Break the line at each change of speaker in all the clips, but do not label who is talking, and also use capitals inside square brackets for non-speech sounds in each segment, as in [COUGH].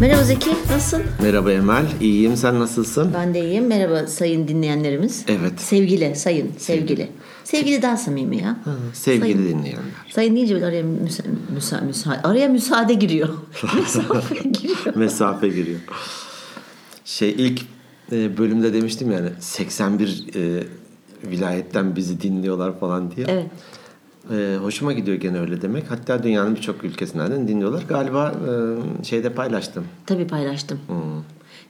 Merhaba Zeki, nasılsın?
Merhaba Emel, iyiyim. Sen nasılsın?
Ben de iyiyim. Merhaba sayın dinleyenlerimiz.
Evet.
Sevgili, sayın, sevgili. Sevgili daha samimi ya.
Sevgili
Sayın-
dinleyenler.
Sayın deyince bir araya, müsa, müsa, müsa- araya müsaade giriyor. Mesafe giriyor.
Mesafe giriyor. Şey ilk e, bölümde demiştim yani 81 e, vilayetten bizi dinliyorlar falan diye.
Evet.
E, hoşuma gidiyor gene öyle demek. Hatta dünyanın birçok ülkesinden de dinliyorlar. Galiba e, şeyde paylaştım.
Tabii paylaştım.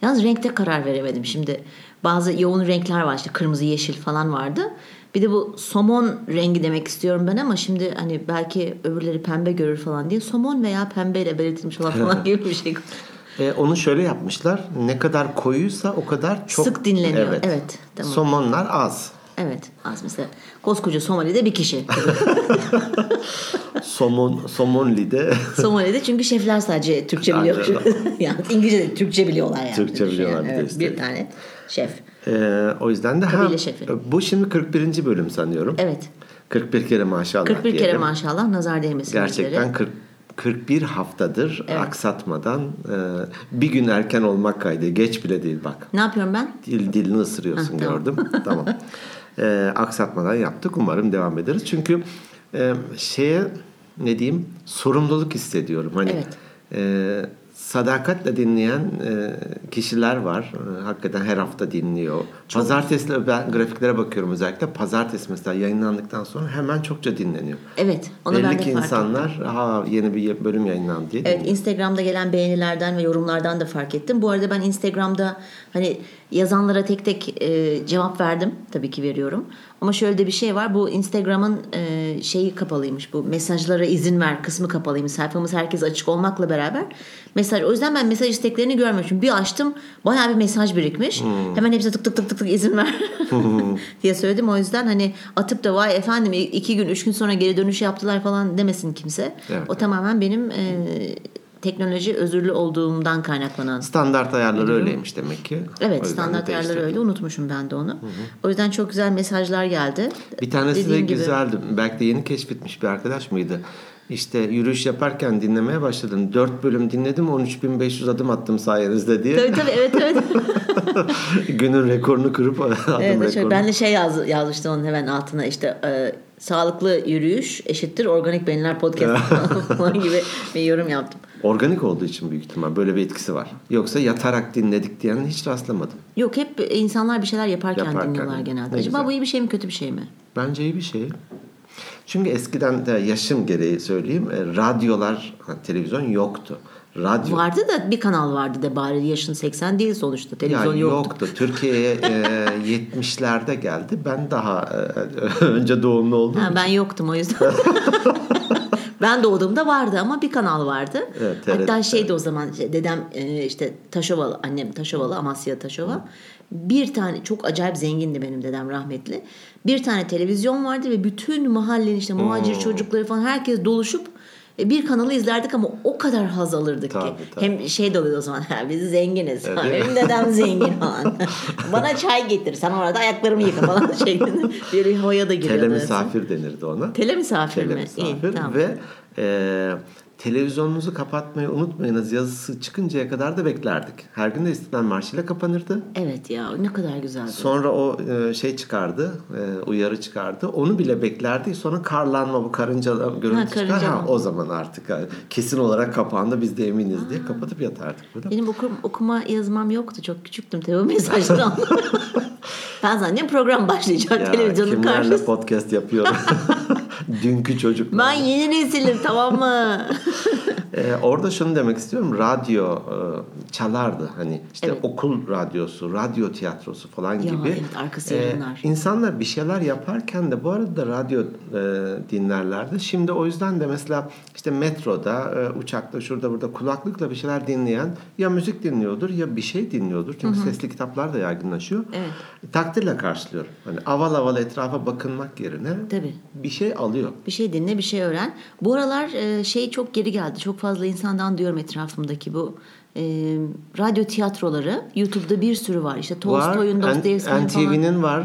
Yalnız renkte karar veremedim şimdi. Bazı yoğun renkler var işte kırmızı yeşil falan vardı. Bir de bu somon rengi demek istiyorum ben ama şimdi hani belki öbürleri pembe görür falan diye somon veya pembeyle belirtilmiş olan falan gibi bir şey.
E, onu şöyle yapmışlar. Ne kadar koyuysa o kadar çok
Sık dinleniyor. Evet, tamam.
Somonlar az.
Evet az mesela koskoca Somali'de bir
[LAUGHS]
kişi.
Somon Somonli'de [LAUGHS]
Somali'de çünkü şefler sadece Türkçe biliyor. [LAUGHS] yani İngilizce de Türkçe biliyorlar yani.
Türkçe
Düşün
biliyorlar
yani.
bir de
Evet, bir
üstelik.
tane şef.
Ee, o yüzden de
Kabile şefi.
bu şimdi 41. bölüm sanıyorum.
Evet.
41 kere maşallah
41 kere
diyelim.
maşallah nazar değmesin. bizlere.
Gerçekten 40 41 haftadır aksatmadan e, bir gün erken olmak kaydı. Geç bile değil bak.
Ne yapıyorum ben?
Dil, dilini ısırıyorsun
Hah, tamam. [LAUGHS]
gördüm. tamam. E, aksatmadan yaptık. Umarım devam ederiz. Çünkü e, şeye ne diyeyim sorumluluk hissediyorum. Hani
Evet.
e, sadakatle dinleyen e, kişiler var. E, hakikaten her hafta dinliyor. Pazartesi ben grafiklere bakıyorum özellikle. Pazartesi mesela yayınlandıktan sonra hemen çokça dinleniyor.
Evet. Onu
Belli
ben de
ki
fark ettim.
insanlar ha yeni bir bölüm yayınlandı diye.
Evet
dinliyor.
Instagram'da gelen beğenilerden ve yorumlardan da fark ettim. Bu arada ben Instagram'da hani yazanlara tek tek e, cevap verdim. Tabii ki veriyorum. Ama şöyle de bir şey var. Bu Instagram'ın e, şeyi kapalıymış. Bu mesajlara izin ver kısmı kapalıymış. Sayfamız herkes açık olmakla beraber. Mesaj o yüzden ben mesaj isteklerini görmemişim. Bir açtım bayağı bir mesaj birikmiş.
Hmm.
Hemen hepsine tık tık tık tık tık izin
[LAUGHS]
ver diye söyledim. O yüzden hani atıp da vay efendim iki gün üç gün sonra geri dönüş yaptılar falan demesin kimse.
Evet.
O tamamen benim e, teknoloji özürlü olduğumdan kaynaklanan.
Standart ayarları öyleymiş demek ki. O yüzden
Evet
de
standart ayarları
değiştirdik.
öyle unutmuşum ben de onu. O yüzden çok güzel mesajlar geldi.
Bir tanesi
Dediğim
de
gibi-
güzeldi. Belki de yeni keşfetmiş bir arkadaş mıydı? İşte yürüyüş yaparken dinlemeye başladım. 4 bölüm dinledim 13.500 adım attım sayenizde diye.
Tabii tabii evet evet.
[LAUGHS] Günün rekorunu kırıp [LAUGHS] adım
evet de şöyle,
rekorunu.
ben de şey yaz, yazmıştım onun hemen altına işte e, sağlıklı yürüyüş eşittir organik beyinler
[LAUGHS]
podcast falan gibi bir yorum yaptım.
Organik olduğu için büyük ihtimal böyle bir etkisi var. Yoksa yatarak dinledik diyen hiç rastlamadım.
Yok hep insanlar bir şeyler yaparken,
Yaparken,
dinliyorlar genelde.
ne
Acaba
güzel.
bu iyi bir şey mi kötü bir şey mi?
Bence iyi bir şey. Çünkü eskiden de yaşım gereği söyleyeyim e, radyolar, ha, televizyon yoktu. Radyo
Vardı da bir kanal vardı de bari yaşın 80 değil sonuçta
Ya
televizyon
yoktu.
yoktu. [LAUGHS]
Türkiye'ye e, 70'lerde geldi. Ben daha e, [LAUGHS] önce doğumlu oldum.
Ha, ben yoktum o
[LAUGHS]
yüzden. ben doğduğumda vardı ama bir kanal vardı.
Evet, TRT.
Hatta şeydi o zaman işte dedem e, işte Taşovalı annem Taşovalı Amasya Taşova. Bir tane çok acayip zengindi benim dedem rahmetli. Bir tane televizyon vardı ve bütün mahallenin işte muhacir
Hmm.
çocukları falan herkes doluşup e, bir kanalı izlerdik ama o kadar haz alırdık ki.
Tabii, tabii.
Hem şey de oluyordu o zaman [LAUGHS] "Ha, biz zenginiz.
Evet.
Ha, Benim dedem zengin
[LAUGHS]
falan. Bana çay getir sen orada ayaklarımı yıka falan [LAUGHS] şeklinde bir havaya da giriyordu.
Tele misafir denirdi ona.
Tele misafir
Tele
mi?
misafir
İyi, tamam.
ve e, televizyonunuzu kapatmayı unutmayınız yazısı çıkıncaya kadar da beklerdik. Her gün de İstiklal Marşı'yla kapanırdı.
Evet ya ne kadar güzeldi.
Sonra o e, şey çıkardı, e, uyarı çıkardı. Onu bile beklerdi. Sonra karlanma bu karınca görüntü çıkar. Ha,
karıncalanma.
o zaman artık ha, kesin olarak kapandı biz de eminiz diye kapatıp yatardık. Böyle.
Benim okum- okuma yazmam yoktu. Çok küçüktüm tabii o mesajları
[LAUGHS]
anlamadım. ben zannediyorum program başlayacak
Ya,
televizyonun
kimlerle [LAUGHS]
karşısında. [LAUGHS]
podcast yapıyorum. Dünkü çocuk.
Ben yeni nesilim tamam mı? [LAUGHS]
Ee, orada şunu demek istiyorum. Radyo e, çalardı. Hani işte
Evet.
okul radyosu, radyo tiyatrosu falan gibi. Ee,
evet, arkası yayınlar.
insanlar bir şeyler yaparken de bu arada radyo e, dinlerlerdi. Şimdi o yüzden de mesela işte metroda, e, uçakta, şurada burada kulaklıkla bir şeyler dinleyen ya müzik dinliyordur ya bir şey dinliyordur. Çünkü sesli kitaplar da yaygınlaşıyor.
Evet.
Takdirle karşılıyorum. Hani aval aval etrafa bakınmak yerine
Tabii.
bir şey alıyor.
bir şey dinle bir şey öğren. Bu aralar e, şey çok geri geldi. Çok fazla insandan diyorum etrafımdaki bu e, radyo tiyatroları. YouTube'da bir sürü var. İşte Tolstoy'un,
Var. N-
Dostoyevski'nin falan.
NTV'nin var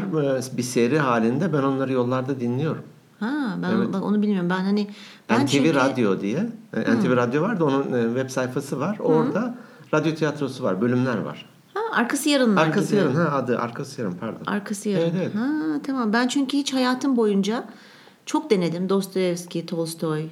e, bir seri halinde. Ben onları yollarda dinliyorum.
Ha ben bak onu bilmiyorum. Ben hani ben
NTV
çünkü- Hmm.
Radyo diye. E, NTV Radyo var da onun e, web sayfası var. Orada radyo tiyatrosu var, bölümler var.
Ha, arkası yarınlar
Arkası
gibi.
yarın ha adı arkası yarın pardon.
Arkası yarın.
Evet, evet.
Ha, tamam. Ben çünkü hiç hayatım boyunca çok denedim. Dostoyevski, Tolstoy.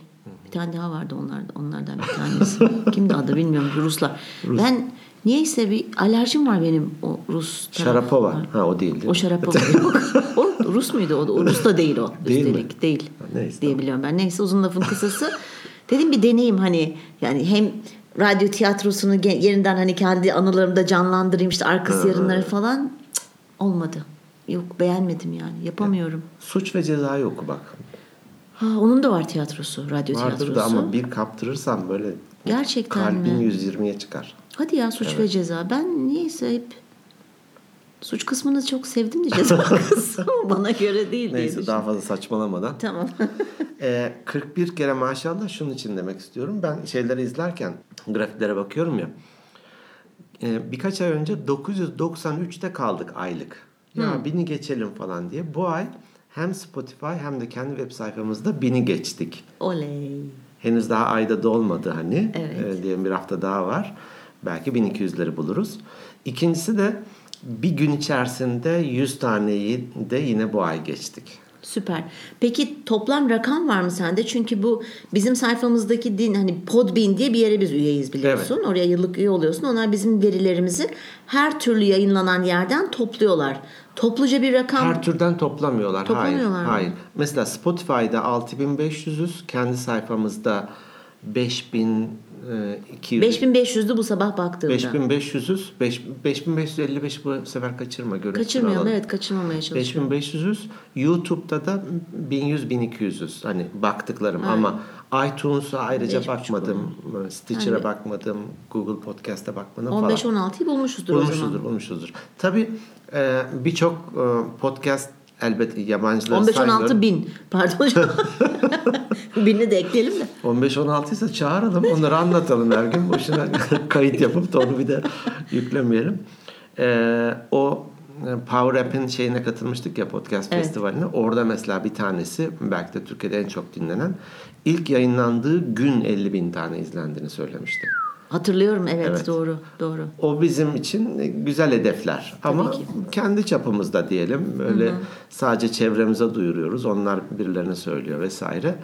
Bir tane daha vardı onlar, onlardan bir
[LAUGHS]
tanesi. Kimdi adı bilmiyorum. Ruslar. Ben niyeyse bir alerjim var benim o Rus
Şarapova.
tarafına.
Ha o değil. değil
O
mi? [LAUGHS]
Şarapova. Yok. o Rus muydu? O, da- o Rus da değil o.
Değil mi?
Üstelik değil.
neyse,
diye biliyorum ben. Neyse uzun lafın kısası. Dedim bir deneyim hani yani hem radyo tiyatrosunu ge- yeniden hani kendi anılarımda canlandırayım işte arkası yarınları falan Cık, olmadı. Yok beğenmedim yani yapamıyorum.
Suç ve cezayı oku bak.
Ha, onun da var tiyatrosu, radyo
Vardır
tiyatrosu.
da ama bir kaptırırsam böyle
Gerçekten
kalbin
mi?
120'ye çıkar.
Hadi ya suç ve ceza. Ben niyeyse hep suç kısmını çok sevdim de
[LAUGHS]
ceza kısmı bana göre değil diye
Neyse
düşündüm.
daha fazla saçmalamadan.
Tamam. [LAUGHS]
Ee, 41 kere maşallah şunun için demek istiyorum. Ben şeyleri izlerken grafiklere bakıyorum ya. Ee, birkaç ay önce 993'te kaldık aylık. Ya bini geçelim falan diye. Bu ay hem Spotify hem de kendi web sayfamızda bini geçtik.
Oley.
Henüz daha ayda dolmadı hani.
Evet.
Ee, diyelim bir hafta daha var. Belki 1200'leri buluruz. İkincisi de bir gün içerisinde 100 taneyi de yine bu ay geçtik.
Süper. Peki toplam rakam var mı sende? Çünkü bu bizim sayfamızdaki din hani Podbean diye bir yere biz üyeyiz biliyorsun. Oraya yıllık üye oluyorsun. Onlar bizim verilerimizi her türlü yayınlanan yerden topluyorlar. Topluca bir rakam.
Her türden toplamıyorlar.
Toplamıyorlar
hayır.
mı?
Hayır. Mesela Spotify'da 6500'üz. Kendi sayfamızda e, 5200.
5500'dü bu sabah baktığımda.
5500'üz. 5555 bu sefer kaçırma görüntü
Kaçırmayalım. Evet kaçırmamaya çalışıyorum.
5500'üz. YouTube'da da 1100 1200'üz. Hani baktıklarım ama iTunes'a ayrıca
Beş buçuk
bakmadım. Stitcher'a bakmadım. Google Podcast'a bakmadım falan.
15-16'yı bulmuşuzdur o zaman.
Olmuşuzdur, olmuşuzdur. Tabii e, birçok e, podcast elbet yabancıları
15-16
saymıyorum.
bin.
[LAUGHS]
Pardon [LAUGHS] hocam. Binini de ekleyelim de.
15-16 ise çağıralım, onları anlatalım her gün. Boşuna [LAUGHS] kayıt yapıp da onu bir de yüklemeyelim. E, o e, Power App'in şeyine katılmıştık ya podcast
Evet.
festivaline. Orada mesela bir tanesi belki de Türkiye'de en çok dinlenen ilk yayınlandığı gün 50 bin tane izlendiğini söylemişti.
Hatırlıyorum evet,
Evet.
doğru doğru.
O bizim için e, güzel hedefler. Ama
ki.
kendi çapımızda diyelim. Böyle sadece çevremize duyuruyoruz. Onlar birilerine söylüyor vesaire.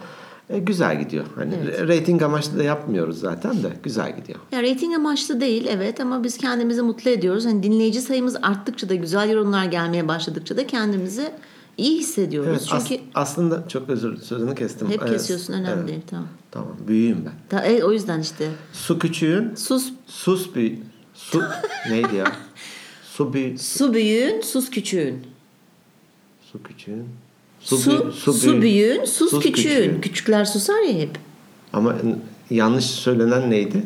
E, güzel gidiyor. Hani rating amaçlı da yapmıyoruz zaten de güzel gidiyor.
Ya reyting amaçlı değil evet ama biz kendimizi mutlu ediyoruz. Hani dinleyici sayımız arttıkça da güzel yorumlar gelmeye başladıkça da kendimizi iyi hissediyoruz.
Evet, as-
Çünkü
aslında çok özür sözünü kestim.
hep
Evet,
kesiyorsun önemli
evet.
değil tamam.
Tamam büyüğüm ben.
Ta- e, o yüzden işte
Su küçüğün
sus
sus büyü.
[LAUGHS]
Su neydi ya? Su büyü.
su büyüğün sus küçüğün.
Su küçüğün.
Su, su, büyüğün sus, küçüğün. Küçükler susar ya hep.
Ama yanlış söylenen neydi?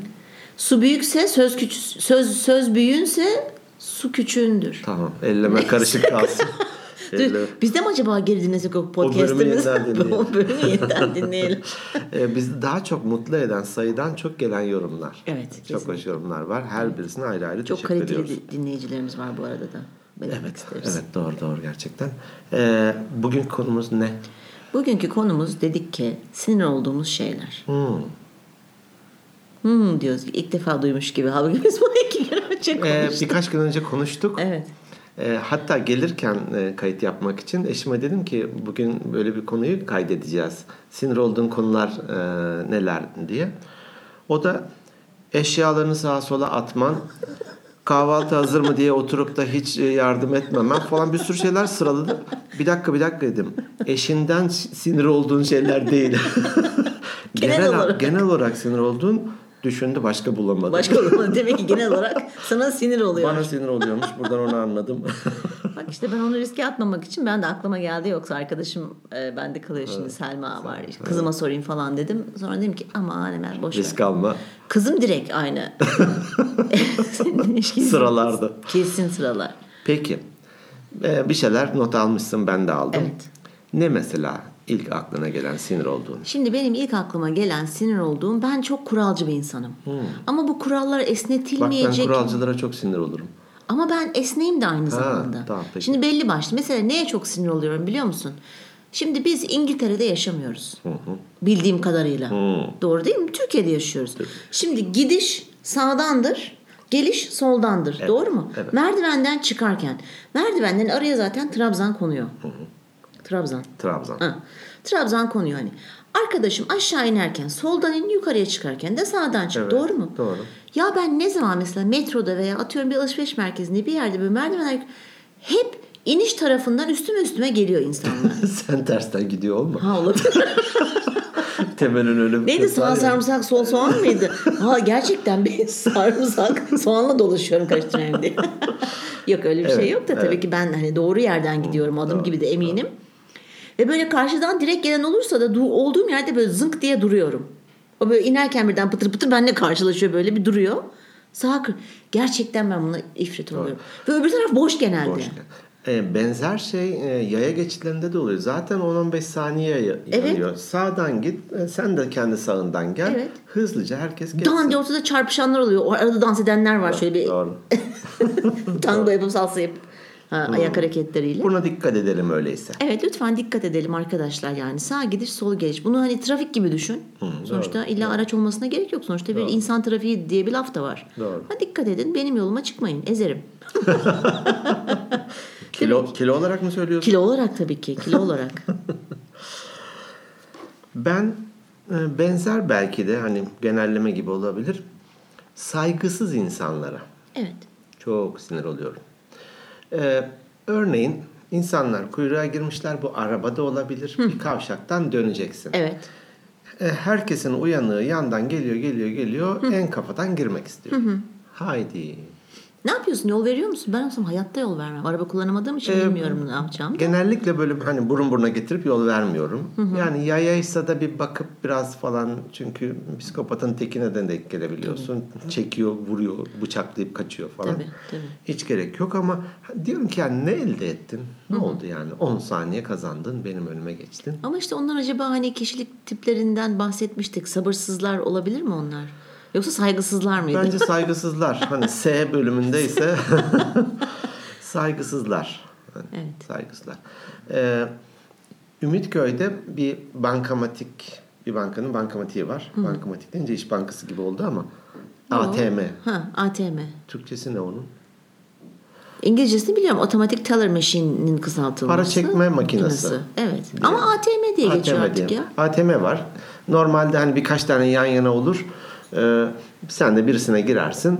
Su büyükse söz küçü söz söz büyüğünse su küçüğündür.
Tamam. Elleme karışık kalsın.
[LAUGHS] Dur,
Elle-
Biz de mi acaba geri dinlesek o podcast'imizi?
yeniden dinleyelim.
[LAUGHS] O bölümü yeniden dinleyelim.
Ee, bizi daha çok mutlu eden sayıdan çok gelen yorumlar.
Evet,
Çok
kesinlikle.
hoş yorumlar var. Her birisine ayrı ayrı
Çok
teşekkür
kaliteli
ediyoruz.
dinleyicilerimiz var bu arada da. Belirtmek isteriz.
Evet doğru doğru gerçekten. Ee, bugün konumuz ne?
Bugünkü konumuz dedik ki sinir olduğumuz şeyler.
Hmm.
Hmm diyoruz. İlk defa duymuş gibi. Halbuki biz [LAUGHS] bunu iki gün önce
Ee,
konuştuk.
birkaç gün önce konuştuk.
evet.
Ee, hatta gelirken e, kayıt yapmak için eşime dedim ki bugün böyle bir konuyu kaydedeceğiz. Sinir olduğun konular e, neler diye. O da eşyalarını sağa sola atman, kahvaltı hazır mı diye oturup da hiç e, yardım etmemen falan bir sürü şeyler sıraladı. Bir dakika bir dakika dedim. Eşinden s- sinir olduğun şeyler değil. [LAUGHS]
Genel olarak.
genel olarak sinir olduğun düşündü başka bulamadı. [LAUGHS]
Başka olmadı. Demek ki genel olarak sana sinir oluyor.
Bana sinir oluyormuş. Buradan
[LAUGHS]
onu anladım.
Bak işte ben onu riske atmamak için ben de aklıma geldi. Yoksa arkadaşım e, bende kalıyor şimdi Selma var. Kızıma sorayım falan dedim. Sonra dedim ki aman hemen boş ver.
Risk alma.
Kızım direkt
[LAUGHS]
aynı. [LAUGHS]
Sıralarda.
Kesin sıralar.
Peki. Ee, bir şeyler not almışsın ben de aldım.
Evet.
Ne mesela ilk aklına gelen sinir olduğun?
Şimdi benim ilk aklıma gelen sinir olduğum ben çok kuralcı bir insanım. Ama bu kurallar
Hmm. Bak ben
esnetilmeyecek.
kuralcılara çok sinir olurum.
Ama ben esneyim de aynı zamanda.
tamam, peki.
Şimdi belli başlı. Mesela neye çok sinir oluyorum biliyor musun? Şimdi biz İngiltere'de yaşamıyoruz. Bildiğim kadarıyla. Doğru değil mi? Türkiye'de yaşıyoruz. Şimdi gidiş sağdandır. Geliş soldandır.
Evet,
Doğru mu?
evet.
Merdivenden çıkarken. Merdivenden araya zaten Trabzan konuyor. Trabzan.
Trabzon.
Ha. Trabzan konuyor hani. Arkadaşım aşağı inerken soldan in yukarıya çıkarken de sağdan çık.
Evet,
doğru mu?
doğru.
Ya ben ne zaman mesela metroda veya atıyorum bir alışveriş merkezinde bir yerde böyle merdivenler hep iniş tarafından üstüme üstüme geliyor
[LAUGHS]
insanlar.
Sen tersten gidiyor olma. [LAUGHS]
ha olabilir.
Temelin öyle bir
Neydi
söz var
sağ
ya.
sarımsak sol soğan mıydı? ha gerçekten bir [LAUGHS] sarımsak soğanla dolaşıyorum kaç diye. [LAUGHS] yok öyle bir şey
Evet,
yok da tabii
evet.
ki ben hani doğru yerden gidiyorum adım
doğru,
gibi de eminim. Ve böyle karşıdan direkt gelen olursa da dur, olduğum yerde böyle zınk diye duruyorum. O böyle inerken birden pıtır pıtır benimle karşılaşıyor böyle bir duruyor. Sağa kır. Gerçekten ben buna ifrit oluyorum. Ve öbür taraf boş genelde.
Boş ver. E, benzer şey e, yaya geçitlerinde de oluyor. Zaten 10-15 saniye ya-
Evet.
yanıyor. Sağdan git, e, sen de kendi sağından gel.
Evet.
Hızlıca herkes geçsin.
Dan diye ortada çarpışanlar oluyor. O arada dans edenler var şöyle bir
Doğru.
[LAUGHS] tango yapıp salsa yapıp ha, ayak hareketleriyle.
Buna dikkat edelim öyleyse.
Evet lütfen dikkat edelim arkadaşlar yani sağ gidiş sol geliş. Bunu hani trafik gibi düşün. Sonuçta illa araç olmasına gerek yok. Sonuçta bir insan trafiği diye bir laf da var.
Doğru.
Ha dikkat edin benim yoluma çıkmayın ezerim.
Kilo, kilo olarak mı söylüyorsun?
Kilo olarak tabii ki kilo
[LAUGHS]
olarak.
Ben e, benzer belki de hani genelleme gibi olabilir. Saygısız insanlara
Evet.
çok sinir oluyorum. E, örneğin insanlar kuyruğa girmişler. Bu arabada olabilir. Bir kavşaktan döneceksin.
Evet.
E, herkesin uyanığı yandan geliyor geliyor geliyor en kafadan girmek istiyor. Haydi.
Ne yapıyorsun yol veriyor musun? Ben olsam hayatta yol vermem. Araba kullanamadığım
Ee,
için bilmiyorum ne yapacağım.
Genellikle böyle hani burun buruna getirip yol vermiyorum. Yani yayaysa da bir bakıp biraz falan çünkü psikopatın tekine de denk gelebiliyorsun. Çekiyor, vuruyor, bıçaklayıp kaçıyor falan.
Tabii, tabii.
Hiç gerek yok ama diyorum ki yani ne elde ettin? Ne oldu yani? 10 saniye kazandın, benim önüme geçtin.
Ama işte onlar acaba hani kişilik tiplerinden bahsetmiştik. Sabırsızlar olabilir mi onlar? Yoksa saygısızlar mıydı?
Bence saygısızlar. hani S bölümünde ise [LAUGHS] saygısızlar. Hani
Evet.
Saygısızlar. Ee, Ümitköy'de bir bankamatik bir bankanın bankamatiği var. Bankamatik deyince İş Bankası gibi oldu ama ATM.
Ha ATM.
Türkçesi ne onun?
İngilizcesini biliyorum. Otomatik teller machine'nin kısaltılması.
Para çekme makinesi.
Evet. Ama ATM diye geçiyor
ATM
artık
diye.
ya.
ATM var. Normalde hani birkaç tane yan yana olur. Ee, sen de birisine girersin.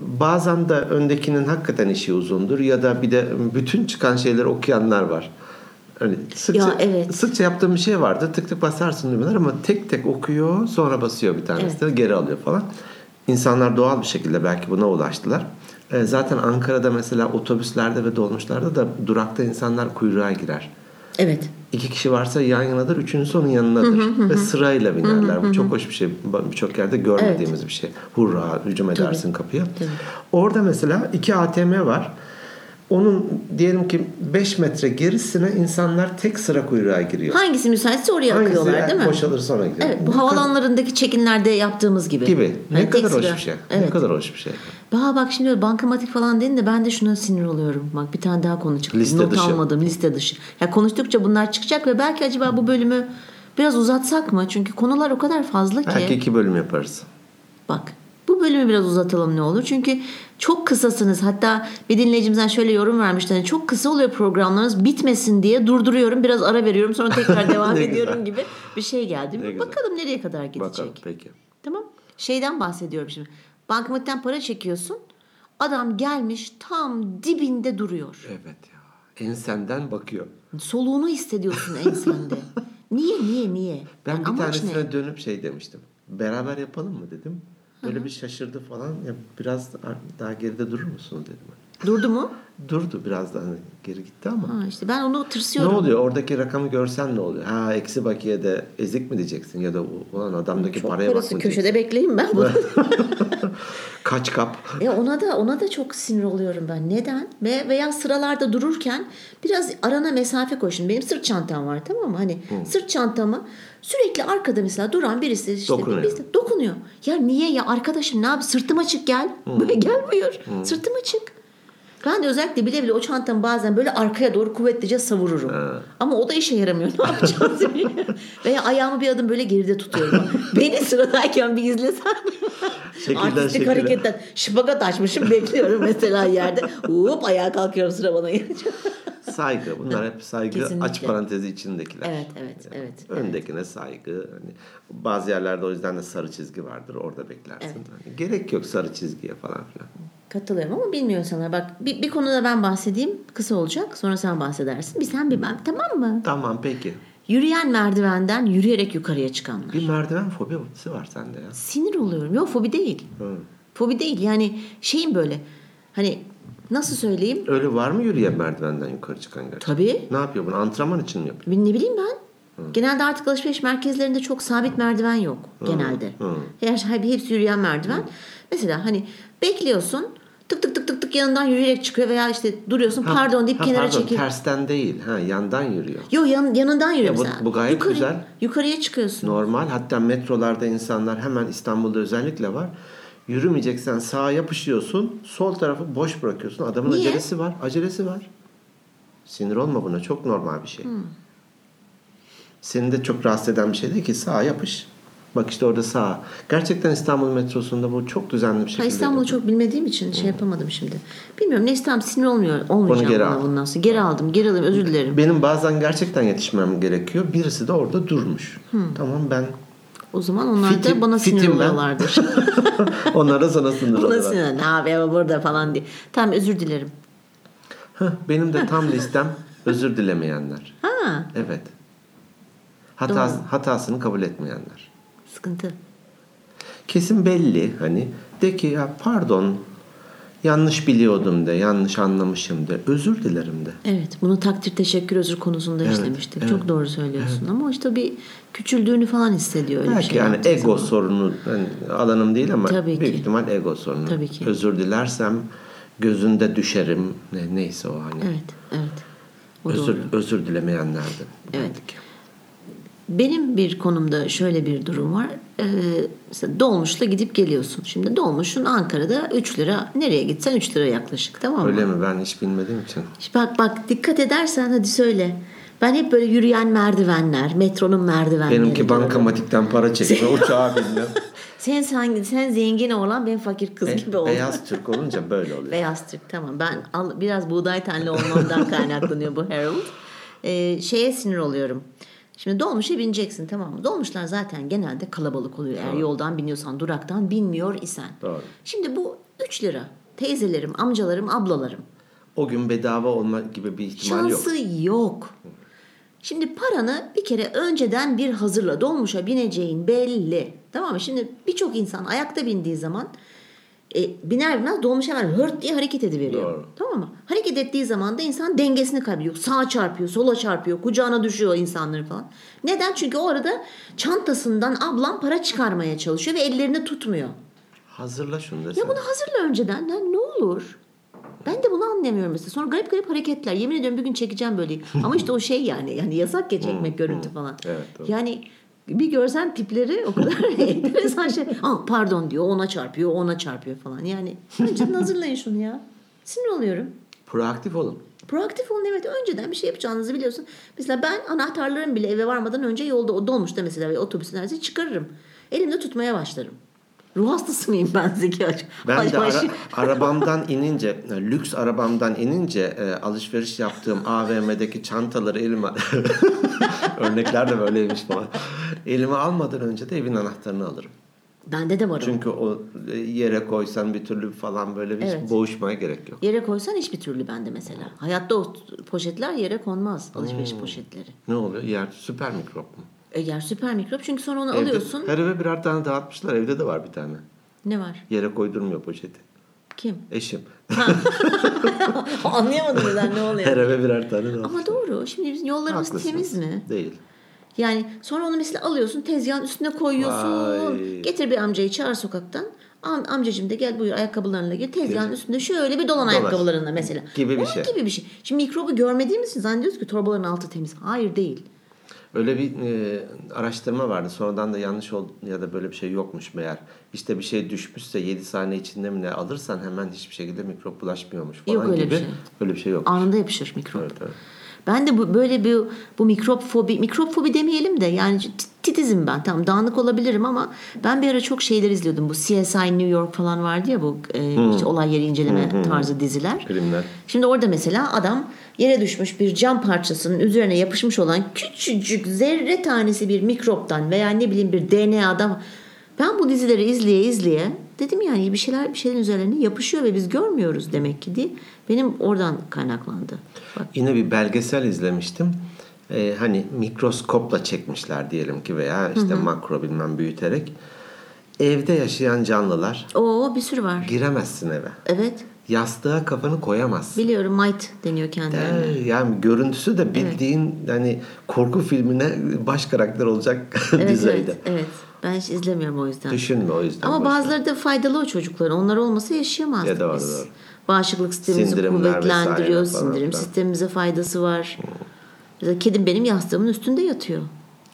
Bazen de öndekinin hakikaten işi uzundur ya da bir de bütün çıkan şeyleri okuyanlar var. Öyle sıkça,
Ya, evet.
sıkça yaptığım bir şey vardı. Tık tık basarsın düğmeler ama tek tek okuyor sonra basıyor bir tanesi de geri alıyor falan. İnsanlar doğal bir şekilde belki buna ulaştılar. Ee, zaten Ankara'da mesela otobüslerde ve dolmuşlarda da durakta insanlar kuyruğa girer.
Evet.
İki kişi varsa yan yanadır, üçüncüsü onun yanındadır. Ve sırayla binerler. Bu çok hoş bir şey. Ben Birçok yerde görmediğimiz bir şey. Hurra, hücum edersin kapıya. Orada mesela iki ATM var. Onun diyelim ki 5 metre gerisine insanlar tek sıra kuyruğa giriyor.
Hangisi müsaitse oraya
Hangisi
akıyorlar değil mi?
boşalır sonra gidiyor.
Evet, bu havalanlarındaki çekinlerde yaptığımız gibi.
gibi. Ne
Hani tek
kadar hoş
sıra.
bir şey. Ne
Evet.
kadar hoş bir şey.
Bah bak şimdi bankamatik falan dedin de ben de şuna sinir oluyorum. Bak bir tane daha konu çıktı.
Liste
Not
dışı.
almadım liste dışı. Ya konuştukça bunlar çıkacak ve belki acaba bu bölümü biraz uzatsak mı? Çünkü konular o kadar fazla ki.
Belki iki bölüm yaparız.
Bak bu bölümü biraz uzatalım ne olur. Çünkü çok kısasınız. Hatta bir dinleyicimizden şöyle yorum vermişti. Hani çok kısa oluyor programlarınız bitmesin diye durduruyorum. Biraz ara veriyorum sonra
[LAUGHS]
tekrar devam
Ne
ediyorum
güzel.
gibi bir şey geldi.
Ne güzel.
Bakalım nereye kadar gidecek.
Bakalım peki.
Tamam. Şeyden bahsediyorum şimdi. Bankamatten para çekiyorsun. Adam gelmiş tam dibinde duruyor.
Evet ya. Ensenden bakıyor.
Soluğunu hissediyorsun
[LAUGHS]
ensende. niye niye niye?
Ben
Yani
bir
amaç
tanesine
ne?
dönüp şey demiştim. Beraber yapalım mı dedim. Böyle bir şaşırdı falan. Ya biraz daha geride durur musun dedim.
Durdu mu?
Durdu biraz daha hani geri gitti ama.
Ha işte ben onu
Ne
tırsıyorum.
oluyor? Oradaki rakamı görsen ne oluyor? Ha eksi bakiyede ezik mi diyeceksin ya da ulan adamdaki
Çok
paraya bak mı
parası
diyeceksin?
köşede bekleyeyim ben bunu.
Kaç kap?
[LAUGHS] E ona da ona da çok sinir oluyorum ben. Neden? Ve veya sıralarda dururken biraz arana mesafe koy. Şimdi benim sırt çantam var tamam mı? Hani sırt çantamı sürekli arkada mesela duran birisi işte
Dokunuyor.
birisi dokunuyor. [LAUGHS] Ya niye ya arkadaşım ne yap sırtıma çık gel. Böyle gelmiyor. Sırtıma çık. Ben de özellikle bile bile o çantamı bazen böyle arkaya doğru kuvvetlice savururum. Ama o da işe yaramıyor. Ne yapacağız diye. Veya ayağımı bir adım böyle geride tutuyorum. Beni sıradayken bir izlesen.
Şekilden
Artistik
şekile.
hareketten. Şıpagat açmışım bekliyorum mesela yerde. Hop ayağa kalkıyorum sıra bana gelince.
Saygı. Bunlar hep saygı
Kesinlikle.
aç parantezi içindekiler.
Evet, evet, evet,
Öndekine saygı. Hani bazı yerlerde o yüzden de sarı çizgi vardır. Orada beklersin. Hani gerek yok sarı çizgiye falan filan.
Katılıyorum ama bilmiyorum sana. Bak bir, bir konuda ben bahsedeyim. Kısa olacak. Sonra sen bahsedersin. Bir sen bir ben. Tamam mı?
Tamam peki.
Yürüyen merdivenden yürüyerek yukarıya çıkanlar.
Bir merdiven fobisi var sende ya.
Sinir oluyorum. Yok fobi değil. Fobi değil. Yani şeyim böyle. Hani nasıl söyleyeyim?
Öyle var mı yürüyen merdivenden yukarı çıkan gerçekten?
Tabii.
Ne yapıyor bunu? Antrenman için mi yapıyor?
Ne bileyim ben. Genelde artık alışveriş merkezlerinde çok sabit merdiven yok genelde. Her şey hepsi yürüyen merdiven. Mesela hani bekliyorsun tık tık tık tık tık yanından yürüyerek çıkıyor veya işte duruyorsun
Ha,
pardon deyip
ha,
kenara
pardon,
çekil.
Tersten değil. Ha yandan yürüyor.
Yo yan, yanından yürüyorum
bu-
sen.
bu gayet
Yukarı-
güzel.
Yukarıya çıkıyorsun.
Normal. Hatta metrolarda insanlar hemen İstanbul'da özellikle var. Yürümeyeceksen sağa yapışıyorsun. Sol tarafı boş bırakıyorsun. Adamın
Niye?
acelesi var. Acelesi var. Sinir olma buna. Çok normal bir şey.
Hmm.
Seni de çok rahatsız eden bir şey değil ki. Sağa yapış. Bak işte orada sağa. Gerçekten İstanbul metrosunda bu çok düzenli bir şekilde.
Ha, İstanbul'u çok bilmediğim için şey yapamadım şimdi. Bilmiyorum neyse tamam sinir olmuyor. Olmayacağım
geri
buna
al.
bundan sonra. Geri aldım. Geri alayım özür dilerim.
Benim bazen gerçekten yetişmem gerekiyor. Birisi de orada durmuş.
Hmm.
Tamam ben [LAUGHS]
O zaman onlar da
Fitim-
bana sinir
fitim ben. [LAUGHS]
oluyorlardır.
onlara sana sınır
bana
olarak.
sinir. Ne yapayım burada falan diye. Tamam özür dilerim.
Heh, Benim de tam listem özür dilemeyenler.
Ha
Evet. Hatas, hatasını kabul etmeyenler.
sıkıntı.
Kesin belli hani. De ki ya pardon yanlış biliyordum de yanlış anlamışım de özür dilerim de.
Evet, bunu takdir, teşekkür, özür konusunda işlemiştik.
evet.
Çok doğru söylüyorsun ama işte bir küçüldüğünü falan hissediyor öyle bir
Belki
şey.
yani
yaptığı
ego
zaman.
sorunu hani alanım değil ama
Tabii
büyük
ki.
ihtimal ego sorunu.
Tabii ki.
Özür dilersem gözünde düşerim. Ne, neyse o hani.
Evet, evet. O
özür
doğru.
özür dilemeyenlerden.
Evet. Benim bir konumda şöyle bir durum var. Ee, mesela dolmuşla gidip geliyorsun. Şimdi dolmuşun Ankara'da 3 lira. Nereye gitsen 3 lira yaklaşık tamam mı?
Öyle mi? Ben hiç bilmediğim için.
İşte Bak bak dikkat edersen hadi söyle. Ben hep böyle yürüyen merdivenler, metronun merdivenleri.
Benimki
diyorum.
bankamatikten para
[LAUGHS]
çekme, uçağa binme.
Sen, sen, sen zengin oğlan, ben fakir kız gibi oldum.
E, Beyaz Türk olunca böyle oluyor.
Beyaz Türk tamam. Ben al, biraz buğday tenli olmamdan kaynaklanıyor bu Harold. Ee, şeye sinir oluyorum. Şimdi dolmuşa bineceksin tamam mı? Dolmuşlar zaten genelde kalabalık oluyor. Eğer yoldan biniyorsan duraktan binmiyor isen.
Doğru.
Şimdi bu 3 lira. Teyzelerim, amcalarım, ablalarım.
O gün bedava olma gibi bir ihtimal yok.
Şansı yok. Şimdi paranı bir kere önceden bir hazırla. Dolmuşa bineceğin belli. Tamam mı? Şimdi birçok insan ayakta bindiği zaman e, biner binmez dolmuş hemen hırt diye hareket ediveriyor.
Doğru.
Tamam mı? Hareket ettiği zaman da insan dengesini kaybediyor. Sağa çarpıyor, sola çarpıyor, kucağına düşüyor insanları falan. Neden? Çünkü o arada çantasından ablam para çıkarmaya çalışıyor ve ellerini tutmuyor.
Hazırla şunu da
Ya
sen.
bunu hazırla önceden. Ya ne olur? Ben de bunu anlamıyorum mesela. Sonra garip garip hareketler. Yemin ediyorum bir gün çekeceğim böyle. Ama işte o şey yani. Yani yasak ya çekmek görüntü falan.
Evet, doğru.
yani bir görsen tipleri o kadar [LAUGHS] enteresan şey. Aa, pardon diyor ona çarpıyor ona çarpıyor falan. Yani önceden hazırlayın şunu ya. Sinir oluyorum.
Proaktif olun.
Proaktif olun evet önceden bir şey yapacağınızı biliyorsun. Mesela ben anahtarlarımı bile eve varmadan önce yolda o dolmuşta mesela ve otobüsün neredeyse çıkarırım. Elimde tutmaya başlarım. Ruh hastası mıyım ben Zeki Aç?
Ben
Ay-
de
ay- şey-
ara-
[LAUGHS]
arabamdan inince, lüks arabamdan inince e, alışveriş yaptığım AVM'deki çantaları elime... [LAUGHS] Örnekler de böyleymiş falan. Elime almadan önce de evin anahtarını alırım.
Bende de var o.
Çünkü o e, yere koysan bir türlü falan böyle bir
Evet.
boğuşmaya gerek yok.
Yere koysan hiçbir türlü bende mesela. Hayatta o poşetler yere konmaz. Alışveriş poşetleri.
Ne oluyor? Yer süper mikrop mu?
E, yer süper mikrop çünkü sonra onu
Evde-
alıyorsun.
her eve birer tane dağıtmışlar. Evde de var bir tane.
Ne var?
Yere koydurmuyor poşeti.
Kim?
Eşim.
[LAUGHS] Anlayamadım neden ne
Her
oluyor.
eve birer tane dağıtmış.
Ama doğru. Şimdi bizim yollarımız
Haklısın.
temiz mi?
Değil.
Yani sonra onu mesela alıyorsun tezgahın üstüne koyuyorsun.
Vay.
Getir bir amcayı çağır sokaktan. Am amcacığım de gel buyur ayakkabılarınla gel. Tezgahın üstünde şöyle bir dolan ayakkabılarınla mesela.
Gibi bir
Onun
şey.
gibi bir şey. Şimdi mikrobu görmediğimiz için zannediyoruz ki torbaların altı temiz. Hayır değil.
Öyle bir e, araştırma vardı. Sonradan da yanlış oldu ya da böyle bir şey yokmuş meğer. İşte bir şey düşmüşse 7 saniye içinde mi ne alırsan hemen hiçbir şekilde mikrop bulaşmıyormuş falan
Yok öyle bir
gibi.
şey.
Öyle bir şey yok.
Anında yapışır mikrop.
Evet, evet.
Ben de bu, böyle bir bu mikrop fobi, mikrop fobi demeyelim de yani t- titizim ben. Tamam dağınık olabilirim ama ben bir ara çok şeyler izliyordum. Bu CSI New York falan vardı ya bu e, işte olay yeri inceleme tarzı diziler.
Kriminal.
Şimdi orada mesela adam yere düşmüş bir cam parçasının üzerine yapışmış olan küçücük zerre tanesi bir mikroptan veya ne bileyim bir DNA'dan ben bu dizileri izleye izleye dedim yani bir şeyler bir şeylerin üzerine yapışıyor ve biz görmüyoruz demek ki diye benim oradan kaynaklandı. Bak,
Yine bir belgesel izlemiştim. Ee, hani mikroskopla çekmişler diyelim ki veya işte makro bilmem büyüterek. Evde yaşayan canlılar
Oo bir sürü var.
giremezsin eve.
Evet
Yastığa kafanı koyamazsın.
biliyorum mite deniyor kendilerine.
Ee, Yani görüntüsü de bildiğin hani korku filmine baş karakter olacak [LAUGHS]
Evet,
düzeyde.
evet evet ben hiç izlemiyorum o yüzden.
Düşünme o yüzden.
Ama
boşver.
bazıları da faydalı o çocukların. Onlar olmasa yaşayamazdık
Ya doğru,
biz.
doğru.
Bağışıklık sistemimizi
Sindirimler
kuvvetlendiriyor.
vesaire falan
Sindirim
filan. Hmm.
sistemimize faydası var. Mesela kedim benim yastığımın üstünde yatıyor.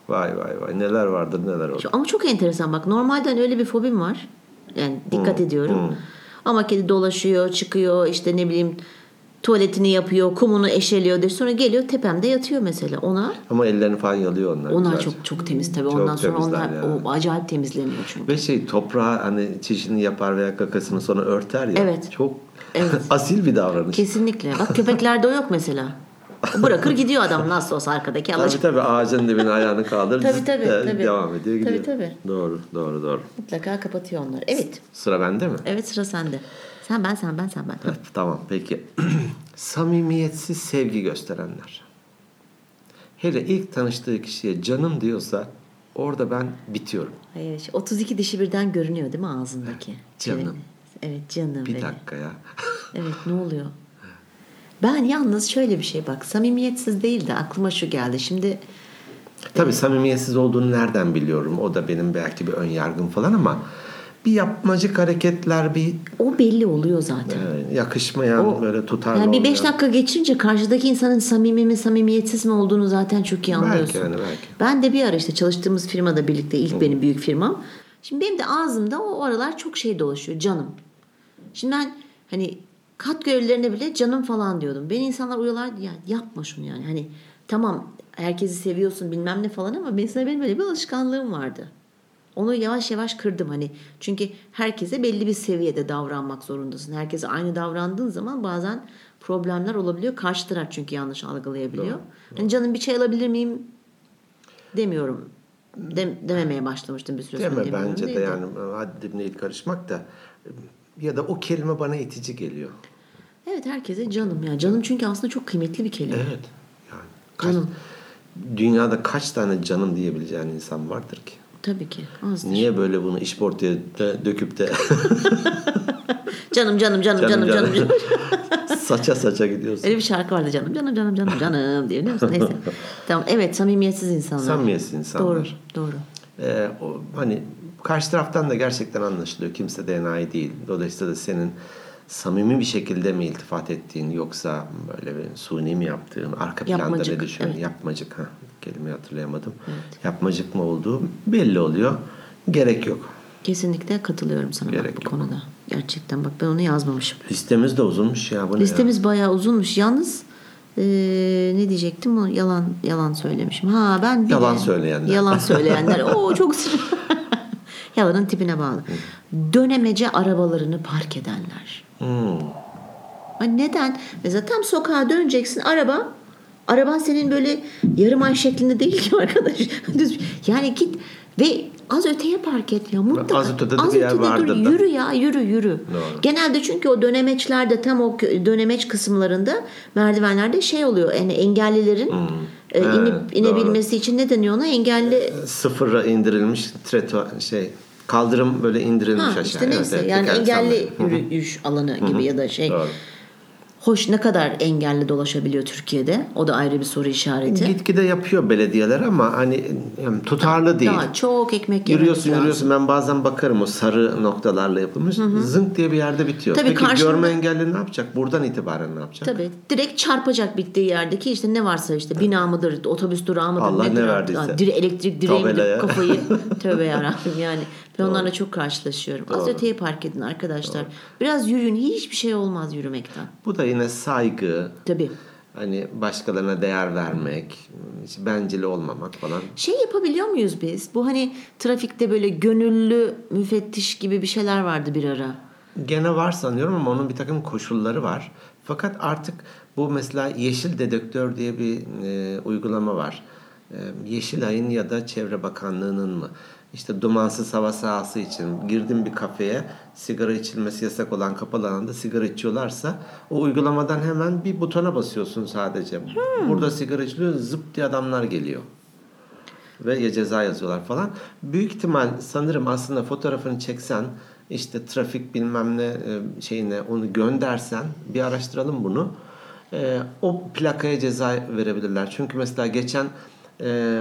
Vay vay vay neler vardır neler olur.
Şu- Ama çok enteresan bak. Normalden öyle bir fobim var. Yani dikkat
Hmm,
ediyorum. Ama kedi dolaşıyor, çıkıyor işte ne bileyim tuvaletini yapıyor, kumunu eşeliyor. diye. Sonra geliyor tepemde yatıyor mesela. Ona
Ama ellerini falan yalıyor onlar.
onlar
güzelce.
çok çok temiz tabii.
Çok
Ondan sonra
temizler
onlar
yani.
o acayip temizleniyor çünkü.
Ve şey toprağa hani çişini yapar veya kakasını sonra örter ya.
Evet.
Çok
Evet.
[LAUGHS] asil bir davranış.
Kesinlikle. Bak köpeklerde o yok
[LAUGHS]
mesela. Bırakır gidiyor adam nasıl olsa arkadaki
Tabii
alacak.
tabii ağacın dibine ayağını kaldırır.
Tabii,
zıt
tabii,
de
tabii.
Devam ediyor
Tabii,
gidiyor.
tabii.
Doğru doğru doğru.
Mutlaka kapatıyor onlar. Evet.
Sıra bende mi?
Evet sıra sende. Sen ben sen ben sen ben.
Tamam peki. [CLEARS THROAT] Samimiyetsiz sevgi gösterenler. Hele ilk tanıştığı kişiye canım diyorsa orada ben bitiyorum.
Hayır. şu 32 dişi birden görünüyor değil mi ağzındaki?
Canım.
Çenenin. Evet canım.
Bir
benim.
dakika ya. [LAUGHS]
Evet ne oluyor? Ben yalnız şöyle bir şey bak samimiyetsiz değil de aklıma şu geldi. Şimdi
Tabii samimiyetsiz olduğunu nereden biliyorum? O da benim belki bir ön yargım falan ama bir yapmacık hareketler, bir
o belli oluyor zaten.
e, yakışmayan
O-
böyle tutarlı
Yani bir beş
olmayan.
dakika geçince karşıdaki insanın samimi mi samimiyetsiz mi olduğunu zaten çok iyi
Belki
anlıyorsun.
yani, belki.
Ben de bir ara işte çalıştığımız firmada birlikte ilk benim büyük firmam. Şimdi benim de ağzımda o aralar çok şey dolaşıyor canım. Şimdi ben hani kat görevlilerine bile canım falan diyordum. Beni insanlar uyuyorlardı ya yapma şunu yani. Hani tamam herkesi seviyorsun bilmem ne falan ama mesela benim böyle bir alışkanlığım vardı. Onu yavaş yavaş kırdım hani. Çünkü herkese belli bir seviyede davranmak zorundasın. Herkese aynı davrandığın zaman bazen problemler olabiliyor. Karşı taraf çünkü yanlış algılayabiliyor. Hani canım bir çay alabilir miyim demiyorum. Dem- dememeye başlamıştım bir süre sonra.
Deme
demiyorum
bence
değil
de yani e, haddimle il karışmak da e, ya da o kelime bana itici geliyor.
Evet herkese canım ya. Canım çünkü aslında çok kıymetli bir kelime.
Evet. Yani kaç-
Canım
dünyada kaç tane canım diyebileceğin insan vardır ki?
tabii ki azdır.
Niye böyle bunu işportaya dö- döküp de
Canım canım [LAUGHS] canım canım canım. canım.
[LAUGHS] saça saça
[LAUGHS]
gidiyorsun?
Öyle bir şarkı vardı canım canım canım canım canım diye biliyor musun?
[LAUGHS]
Neyse. Tamam evet samimiyetsiz insanlar.
Samimiyetsiz insanlar.
Doğru doğru.
Ee, o, hani karşı taraftan da gerçekten anlaşılıyor. Kimse de enayi değil. Dolayısıyla da senin samimi bir şekilde mi iltifat ettiğin yoksa böyle bir suni mi yaptığın, arka planda
Yapmacık,
ne düşünüyorsun?
evet.
Yapmacık. Ha, kelimeyi hatırlayamadım. Yapmacık mı olduğu belli oluyor. Gerek yok.
Kesinlikle katılıyorum sana bak
Gerek
bu
yok.
konuda. Gerçekten bak ben onu yazmamışım.
Listemiz de uzunmuş ya. Bu ne ya?
Listemiz bayağı uzunmuş. Yalnız eee, ne diyecektim? Onu Yalan yalan söylemişim. Ha ben bir
Yalan
de-
söyleyenler. [LAUGHS]
Yalan söyleyenler. Oo çok sinir. [LAUGHS] Yalanın tipine bağlı. Dönemece arabalarını park edenler.
Hmm.
Ay neden? Mesela tam sokağa döneceksin araba araban senin böyle yarım ay şeklinde değil ki arkadaş. [LAUGHS] Düz- yani git ve az öteye park et ya mutlaka.
Az ötede de bir yer
ötede dur.
vardır da.
Yürü ya yürü yürü.
Doğru.
Genelde çünkü o dönemeçlerde tam o kö- dönemeç kısımlarında merdivenlerde şey oluyor. Yani engellilerin e,
Hmm. Evet,
inip inebilmesi için ne deniyor ona? Engelli
sıfıra indirilmiş treto şey kaldırım böyle indirilmiş
Ha,
aşağı.
işte neyse
Evet, evet,
yani
tekerlek
engelli
sandalyesi.
yürüyüş alanı gibi ya da şey.
Doğru.
Hoş ne kadar engelli dolaşabiliyor Türkiye'de? O da ayrı bir soru işareti.
Gitgide yapıyor belediyeler ama hani yani tutarlı değil.
Daha çok ekmek yemek
Yürüyorsun
lazım.
yürüyorsun ben bazen bakarım o sarı noktalarla yapılmış zınk diye bir yerde bitiyor.
Tabii
Peki
karşında-
görme engelli ne yapacak? Buradan itibaren ne yapacak?
Tabii direkt çarpacak bittiği yerdeki işte ne varsa işte bina mıdır, otobüs durağı mıdır,
Allah ne
metro-
verdiyse.
Aa, dire, elektrik direği midir,
Tabelaya. [LAUGHS]
kafayı tövbe yarabbim yani. Ben onlarla çok karşılaşıyorum. Az öteye park edin arkadaşlar. Biraz yürüyün hiçbir şey olmaz yürümekten.
Bu da yine saygı,
Tabii.
hani başkalarına değer vermek, hiç bencil olmamak falan.
Şey yapabiliyor muyuz biz? Bu hani trafikte böyle gönüllü müfettiş gibi bir şeyler vardı bir ara.
Gene var sanıyorum ama onun bir takım koşulları var. Fakat artık bu mesela yeşil dedektör diye bir e, uygulama var. E, Yeşilay'ın ya da Çevre Bakanlığı'nın mı? İşte dumansız hava sahası için girdim bir kafeye sigara içilmesi yasak olan kapalı alanda sigara içiyorlarsa o uygulamadan hemen bir butona basıyorsun sadece. Burada sigara içiliyor zıp diye adamlar geliyor ve ya ceza yazıyorlar falan. Büyük ihtimal sanırım aslında fotoğrafını çeksen işte trafik bilmem ne e, şeyine onu göndersen bir araştıralım bunu. E, O plakaya ceza verebilirler. Çünkü mesela geçen e,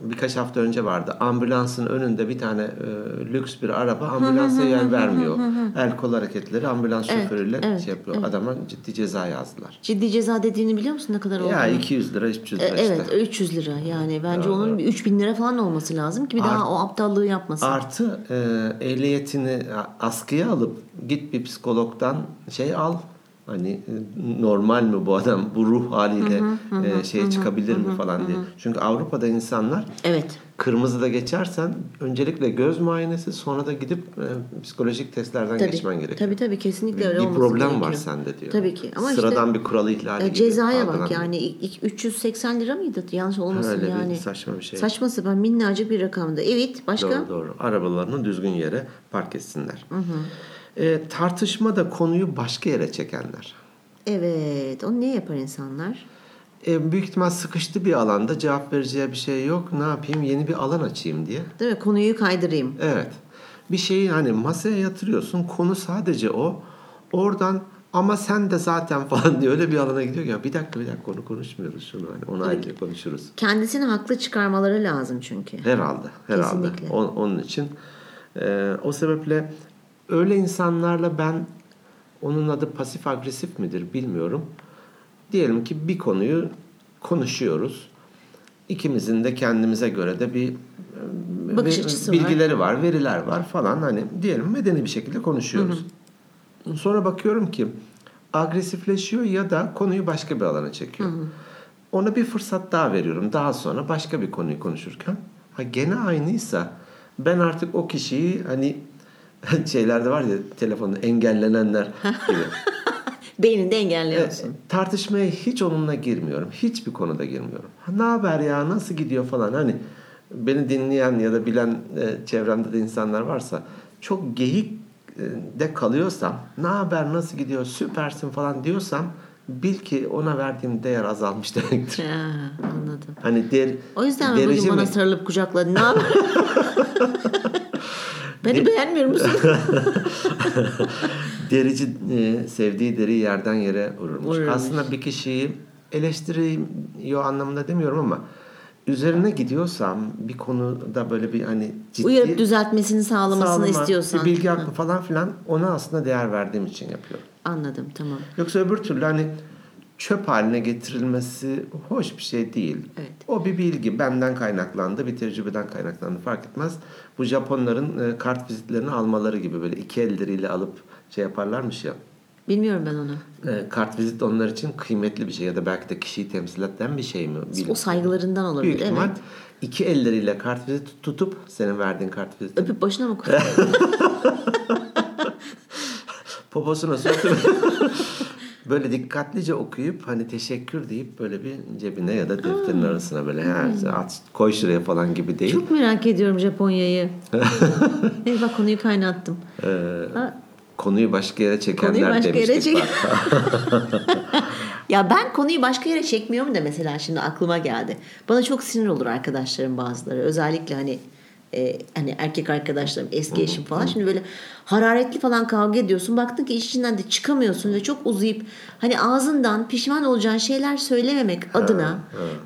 birkaç hafta önce vardı. Ambulansın önünde bir tane e, lüks bir araba ambulansa yer vermiyor. El kol hareketleri ambulans şoförüyle
evet,
şey yapıyor. Adama ciddi ceza yazdılar.
Ciddi ceza dediğini biliyor musun ne kadar oldu?
Ya 200 lira 300 lira
E,
işte.
Evet 300 lira yani bence onun 3000 lira falan olması lazım ki bir daha o aptallığı yapmasın.
Artı e, ehliyetini askıya alıp git bir psikologdan şey al. Hani e, normal mi bu adam bu ruh haliyle e, şeye çıkabilir mi falan diye. Çünkü Avrupa'da insanlar
Evet.
kırmızıda geçersen öncelikle göz muayenesi sonra da gidip e, psikolojik testlerden
Tabii.
geçmen gerekiyor.
Tabii tabii kesinlikle öyle
Bir
olması
problem var
gerekiyor.
sende diyor.
Tabii ki. Ama işte-
Sıradan bir kural ihlali
Ya
gibi
cezaya bak
algılanıyor.
yani İ- 380 lira mıydı? Yanlış olmasın
Öyle bir
yani.
saçma bir şey.
Saçma sapan minnacık bir rakamdı. Evet başka?
Doğru doğru. Arabalarını düzgün yere park etsinler. E, tartışma da konuyu başka yere çekenler.
Evet. Onu niye yapar insanlar?
E, büyük ihtimal sıkıştı bir alanda cevap vereceği bir şey yok. Ne yapayım yeni bir alan açayım diye.
Değil mi? Konuyu kaydırayım.
Evet. Bir şeyi hani masaya yatırıyorsun. Konu sadece o. Oradan ama sen de zaten [LAUGHS] falan diye öyle bir alana gidiyor ki, ya bir dakika bir dakika konu konuşmuyoruz şunu hani onu ayrıca konuşuruz.
Kendisini haklı çıkarmaları lazım çünkü.
Herhalde, herhalde.
Kesinlikle.
On- onun için e, o sebeple öyle insanlarla ben onun adı pasif agresif midir bilmiyorum. Diyelim ki bir konuyu konuşuyoruz. İkimizin de kendimize göre de bir e,
Bakış
ve-
açısı var.
bilgileri var. veriler var falan hani diyelim medeni bir şekilde konuşuyoruz. Sonra bakıyorum ki agresifleşiyor ya da konuyu başka bir alana çekiyor. Ona bir fırsat daha veriyorum. Daha sonra başka bir konuyu konuşurken. Ha gene aynıysa ben artık o kişiyi hani [LAUGHS] şeylerde var ya
[LAUGHS]
telefonda engellenenler gibi.
[LAUGHS] Beyninde engelliyorsun.
E, tartışmaya hiç onunla girmiyorum. Hiçbir konuda girmiyorum. Ha, Ne haber ya nasıl gidiyor falan hani beni dinleyen ya da bilen e, çevremde de insanlar varsa çok geyik e, de kalıyorsam ne haber nasıl gidiyor süpersin falan diyorsam bil ki ona verdiğim değer azalmış demektir.
Ha, anladım.
Hani der,
O yüzden mi
derece
bugün bana
mi?
sarılıp
[LAUGHS]
kucakladın? Ne haber? [LAUGHS] Beni beğenmiyor musun?
Derici e, sevdiği deriyi yerden yere vururmuş.
Vururmuş.
Aslında bir kişiyi eleştiriyor anlamında demiyorum ama üzerine gidiyorsam bir konuda böyle bir hani [LAUGHS] ciddi
Uyarıp düzeltmesini sağlamasını
sağlama,
istiyorsan.
bir bilgi hakkı falan filan ona aslında değer verdiğim için yapıyorum.
Anladım tamam.
Yoksa öbür türlü hani çöp haline getirilmesi hoş bir şey değil.
Evet.
O bir bilgi benden kaynaklandı, bir tecrübeden kaynaklandı fark etmez. Bu Japonların e, kart vizitlerini almaları gibi böyle iki elleriyle alıp şey yaparlarmış ya.
Bilmiyorum ben onu.
E, kart vizit onlar için kıymetli bir şey ya da belki de kişiyi temsil eden bir şey mi?
O
Bilmiyorum.
saygılarından olabilir.
Büyük
evet.
ihtimal iki elleriyle kart vizit tutup senin verdiğin kart vizit
Öpüp başına mı
[LAUGHS]
koyuyor?
poposuna sürtüp [LAUGHS] böyle dikkatlice okuyup hani teşekkür deyip böyle bir cebine ya da defterin arasına böyle ha, at, koy şuraya falan gibi değil.
Hmm. Çok merak ediyorum
[LAUGHS]
Japonya'yı. Neyse bak konuyu kaynattım.
Ee,
Ha,
konuyu başka yere çekenler
konuyu başka
demiştik.
yere çek.
bak.
[LAUGHS] ya ben konuyu başka yere çekmiyorum da mesela şimdi aklıma geldi. Bana çok sinir olur arkadaşlarım bazıları. Özellikle hani e, hani erkek arkadaşlarım, eski eşim falan. Şimdi böyle hararetli falan kavga ediyorsun. Baktın ki iş içinden de çıkamıyorsun ve çok uzayıp hani ağzından pişman olacağın şeyler söylememek adına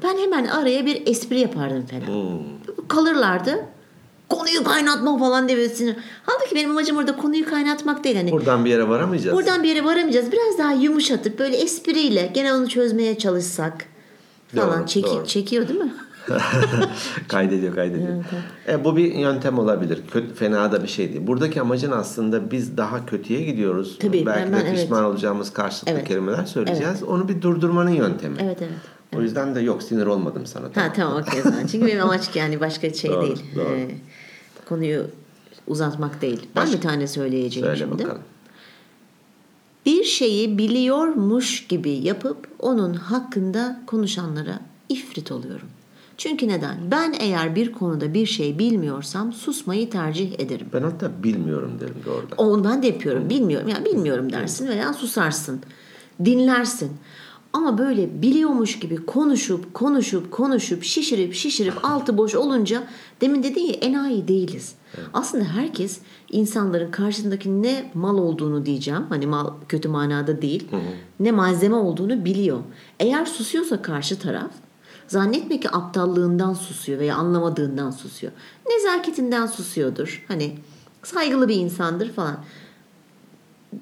ben hemen araya bir espri yapardım falan. Hmm. Kalırlardı. Konuyu kaynatma falan diye böyle sinir. Halbuki benim amacım orada konuyu kaynatmak değil. Hani
Buradan bir yere varamayacağız.
Buradan bir yere varamayacağız. Biraz daha yumuşatıp böyle espriyle gene onu çözmeye çalışsak falan
Doğru,
Çeki-
doğru.
çekiyor
[LAUGHS]
değil mi?
kaydediyor kaydediyor. E, bu bir yöntem olabilir. Kötü, fena da bir şey değil. Buradaki amacın aslında biz daha kötüye gidiyoruz.
Tabii,
Belki
ben-
de
ben- evet.
pişman olacağımız karşılıklı
Evet.
kelimeler söyleyeceğiz. Onu bir durdurmanın yöntemi.
Evet evet.
O yüzden de yok sinir olmadım sana.
Ha tamam okey o zaman. Çünkü benim amaç yani başka şey
Doğru,
değil.
doğru.
Ee, konuyu uzatmak değil. Ben
Başka-
bir tane söyleyeceğim
[LAUGHS] Söyle
şimdi.
bakalım.
Bir şeyi biliyormuş gibi yapıp onun hakkında konuşanlara ifrit oluyorum. Çünkü neden? Ben eğer bir konuda bir şey bilmiyorsam susmayı tercih ederim.
Ben hatta bilmiyorum derim doğrudan.
Onu ben de yapıyorum. Bilmiyorum. Ya bilmiyorum dersin veya susarsın. Dinlersin. Ama böyle biliyormuş gibi konuşup konuşup konuşup şişirip şişirip altı boş olunca demin dedin ya enayi değiliz. Aslında herkes insanların karşısındaki ne mal olduğunu diyeceğim. Hani mal kötü manada değil. Ne malzeme olduğunu biliyor. Eğer susuyorsa karşı taraf Zannetme ki aptallığından susuyor veya anlamadığından susuyor. Nezaketinden susuyordur. Hani saygılı bir insandır falan.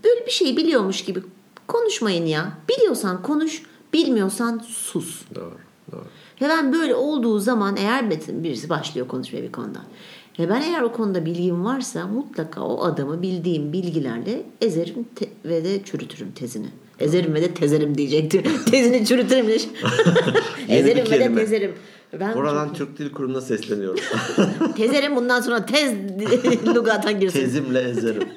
Böyle bir şey biliyormuş gibi konuşmayın ya. Biliyorsan konuş, bilmiyorsan sus.
Doğru. Doğru.
Ve ben böyle olduğu zaman eğer met- birisi başlıyor konuşmaya bir konuda. Ve ben eğer o konuda bilgim varsa mutlaka o adamı bildiğim bilgilerle ezerim te- ve de çürütürüm tezini. Ezerim ve de tezerim diyecektim.
[LAUGHS]
tezini çürütürüm. de-
Yeni bir
ezerim ve de
kelime.
tezerim. Ben
Buradan Türk Dil Kurumu'na sesleniyorum.
[LAUGHS] tezerim bundan sonra
[LAUGHS]
tez lugatan girsin.
Tezimle
[LAUGHS]
ezerim.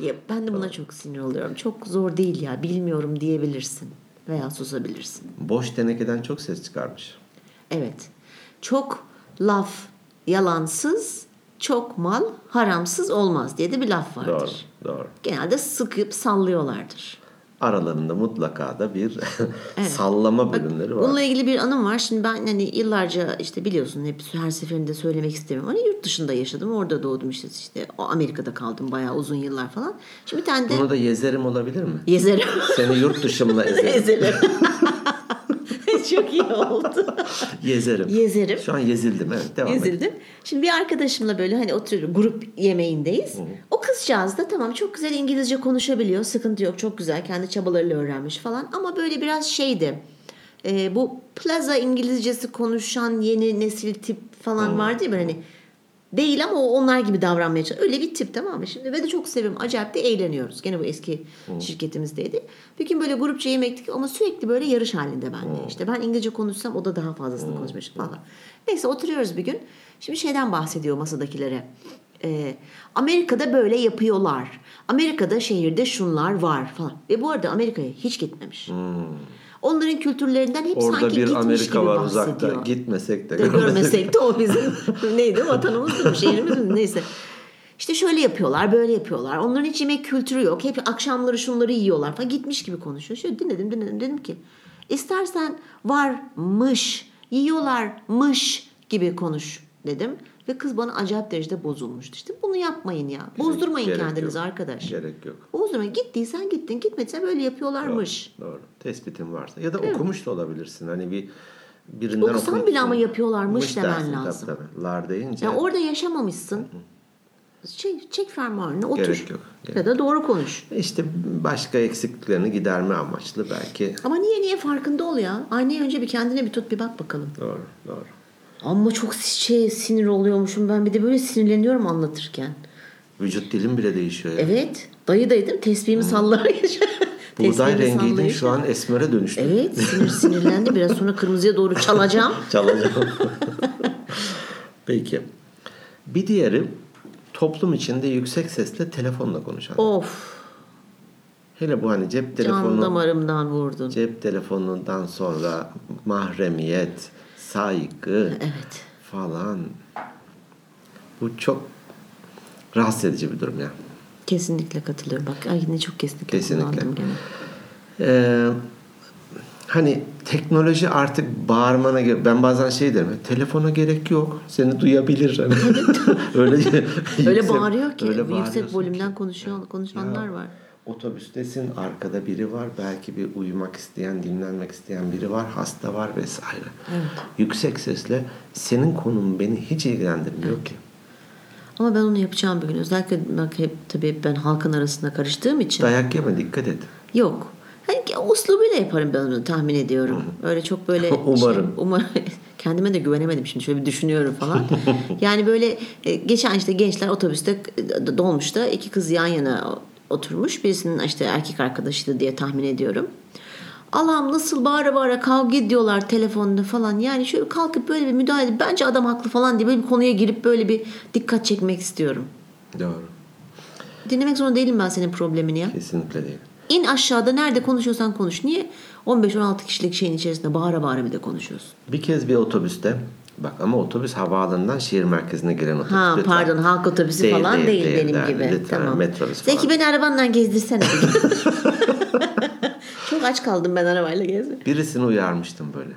Ya ben de buna çok sinir oluyorum. Çok zor değil ya. Bilmiyorum diyebilirsin veya susabilirsin.
Boş tenekeden çok ses çıkarmış.
Evet. Çok laf yalansız, çok mal haramsız olmaz diye de bir laf vardır.
Doğru. Doğru.
Genelde sıkıp sallıyorlardır.
Aralarında mutlaka da bir [LAUGHS] sallama bölümleri var.
Bununla ilgili bir anım var. Şimdi ben hani yıllarca işte biliyorsun hep her seferinde söylemek istemiyorum. Hani yurt dışında yaşadım. Orada doğdum işte işte o Amerika'da kaldım bayağı uzun yıllar falan. Şimdi bir tane de
Bunu da yezerim olabilir mi?
[LAUGHS] gezerim.
Seni
[LAUGHS]
yurt dışımla ezerim.
Gezerim. Çok iyi oldu.
Yezerim.
Yezerim.
Şu an yezildim evet devam et.
Ezildim. Şimdi bir arkadaşımla böyle hani oturuyoruz grup yemeğindeyiz. O kızcağız da tamam çok güzel İngilizce konuşabiliyor. Sıkıntı yok çok güzel kendi çabalarıyla öğrenmiş falan. Ama böyle biraz şeydi. e, bu plaza İngilizcesi konuşan yeni nesil tip falan vardı ya böyle hani değil ama o onlar gibi davranmaya çalışıyor. Öyle bir tip tamam mı? Şimdi ve de çok seviyorum. Acayip de eğleniyoruz. Gene bu eski şirketimizdeydi. Bir gün böyle grupça yemektik ama sürekli böyle yarış halinde bende. İşte ben İngilizce konuşsam o da daha fazlasını konuşmuş falan. Neyse oturuyoruz bir gün. Şimdi şeyden bahsediyor masadakilere. Ee, Amerika'da böyle yapıyorlar. Amerika'da şehirde şunlar var falan. Ve bu arada Amerika'ya hiç gitmemiş. Onların kültürlerinden hep
Orada
sanki
bir
gitmiş
Amerika
gibi
var
bahsediyor
uzakta. Gitmesek de
de
görmesek. [LAUGHS]
görmesek de o bizim [LAUGHS] neydi vatanımız mı şehrimiz mi neyse. İşte şöyle yapıyorlar böyle yapıyorlar. Onların hiç yemek kültürü yok. Hep akşamları şunları yiyorlar falan gitmiş gibi konuşuyor. Şöyle dinledim dinledim dedim ki istersen varmış yiyorlarmış gibi konuş dedim. Ve kız bana acayip derecede bozulmuştu. İşte bunu yapmayın ya. Bozdurmayın
Gerek
kendinizi
yok.
arkadaş.
Gerek yok.
Bozdurmayın. Gittiysen gittin. Gitmediysen böyle yapıyorlarmış.
Doğru. Tespitin varsa. Ya da okumuş da olabilirsin. Hani bir birinden
Okusan
okumuş-
bile ama yapıyorlarmış
Mış
demen
dersin, tabii,
lazım.
tabii. Lar deyince.
Ya orada yaşamamışsın. Şey, çek fermuarını otur.
Gerek yok, gerek
Ya da doğru konuş.
İşte başka eksikliklerini giderme amaçlı belki.
Ama niye niye farkında ol ya. Aynayı önce bir kendine bir tut bir bak bakalım.
Doğru, doğru.
Ama çok şey sinir oluyormuşum ben bir de böyle sinirleniyorum anlatırken.
Vücut dilim bile değişiyor. ya.
Evet dayı daydım tespihimi sallar. [LAUGHS]
Buğday
Tespihimi
rengiydin
sallayıp-
şu an esmere dönüştün.
Evet sinir sinirlendi biraz sonra kırmızıya doğru çalacağım.
Çalacağım. Peki. Bir diğeri toplum içinde yüksek sesle telefonla konuşan.
of
Hele bu hani cep
can
telefonu,
damarımdan vurdun.
cep telefonundan sonra mahremiyet, saygı
Evet.
falan. Bu çok rahatsız edici bir durum ya.
Kesinlikle katılıyorum. Bak ay ne çok kesinlikle,
Kesinlikle.
kullandım gene.
Ee, Hani teknoloji artık bağırmana ge- ben bazen şey derim telefona gerek yok seni duyabilir [LAUGHS] hani. öyle
Öyle
yüksek-
bağırıyor ki
öyle
yüksek
bağırıyorsun
volümden
ki.
konuşuyor, konuşanlar
Ya.
var.
Otobüstesin arkada biri var belki bir uyumak isteyen dinlenmek isteyen biri var hasta var vesaire. Yüksek sesle senin konum beni hiç ilgilendirmiyor ki.
Ama ben onu yapacağım bir gün. Özellikle bak hep, tabii hep ben halkın arasında karıştığım için.
Dayak yeme dikkat et.
Yok. Hani uslubuyla yaparım ben onu tahmin ediyorum. Öyle çok böyle
Umarım.
şey- umarım. [LAUGHS] Kendime de güvenemedim şimdi şöyle bir düşünüyorum falan. yani böyle e, geçen işte gençler otobüste e, dolmuşta iki kız yan yana oturmuş. Birisinin işte erkek arkadaşıydı diye tahmin ediyorum. Allah'ım nasıl bağıra bağıra kavga ediyorlar telefonda falan. Yani şöyle kalkıp böyle bir müdahale edip bence adam haklı falan diye böyle bir konuya girip böyle bir dikkat çekmek istiyorum.
Doğru.
Dinlemek zorunda değilim ben senin problemini ya.
Kesinlikle değil.
İn aşağıda nerede konuşuyorsan konuş. Niye 15-16 kişilik şeyin içerisinde bağıra bağıra bir de konuşuyorsun?
Bir kez bir otobüste bak ama otobüs havaalanından şehir merkezine gelen otobüs.
Ha
lütfen.
pardon halk otobüsü
Değil,
falan
değil,
değil,
değil,
benim
değil.
gibi.
Lütfen,
tamam.
metrobüs
Zeki
falan.
beni arabandan gezdirsene.
[LAUGHS]
[LAUGHS] Çok aç kaldım ben arabayla gezmeye.
Birisini uyarmıştım böyle.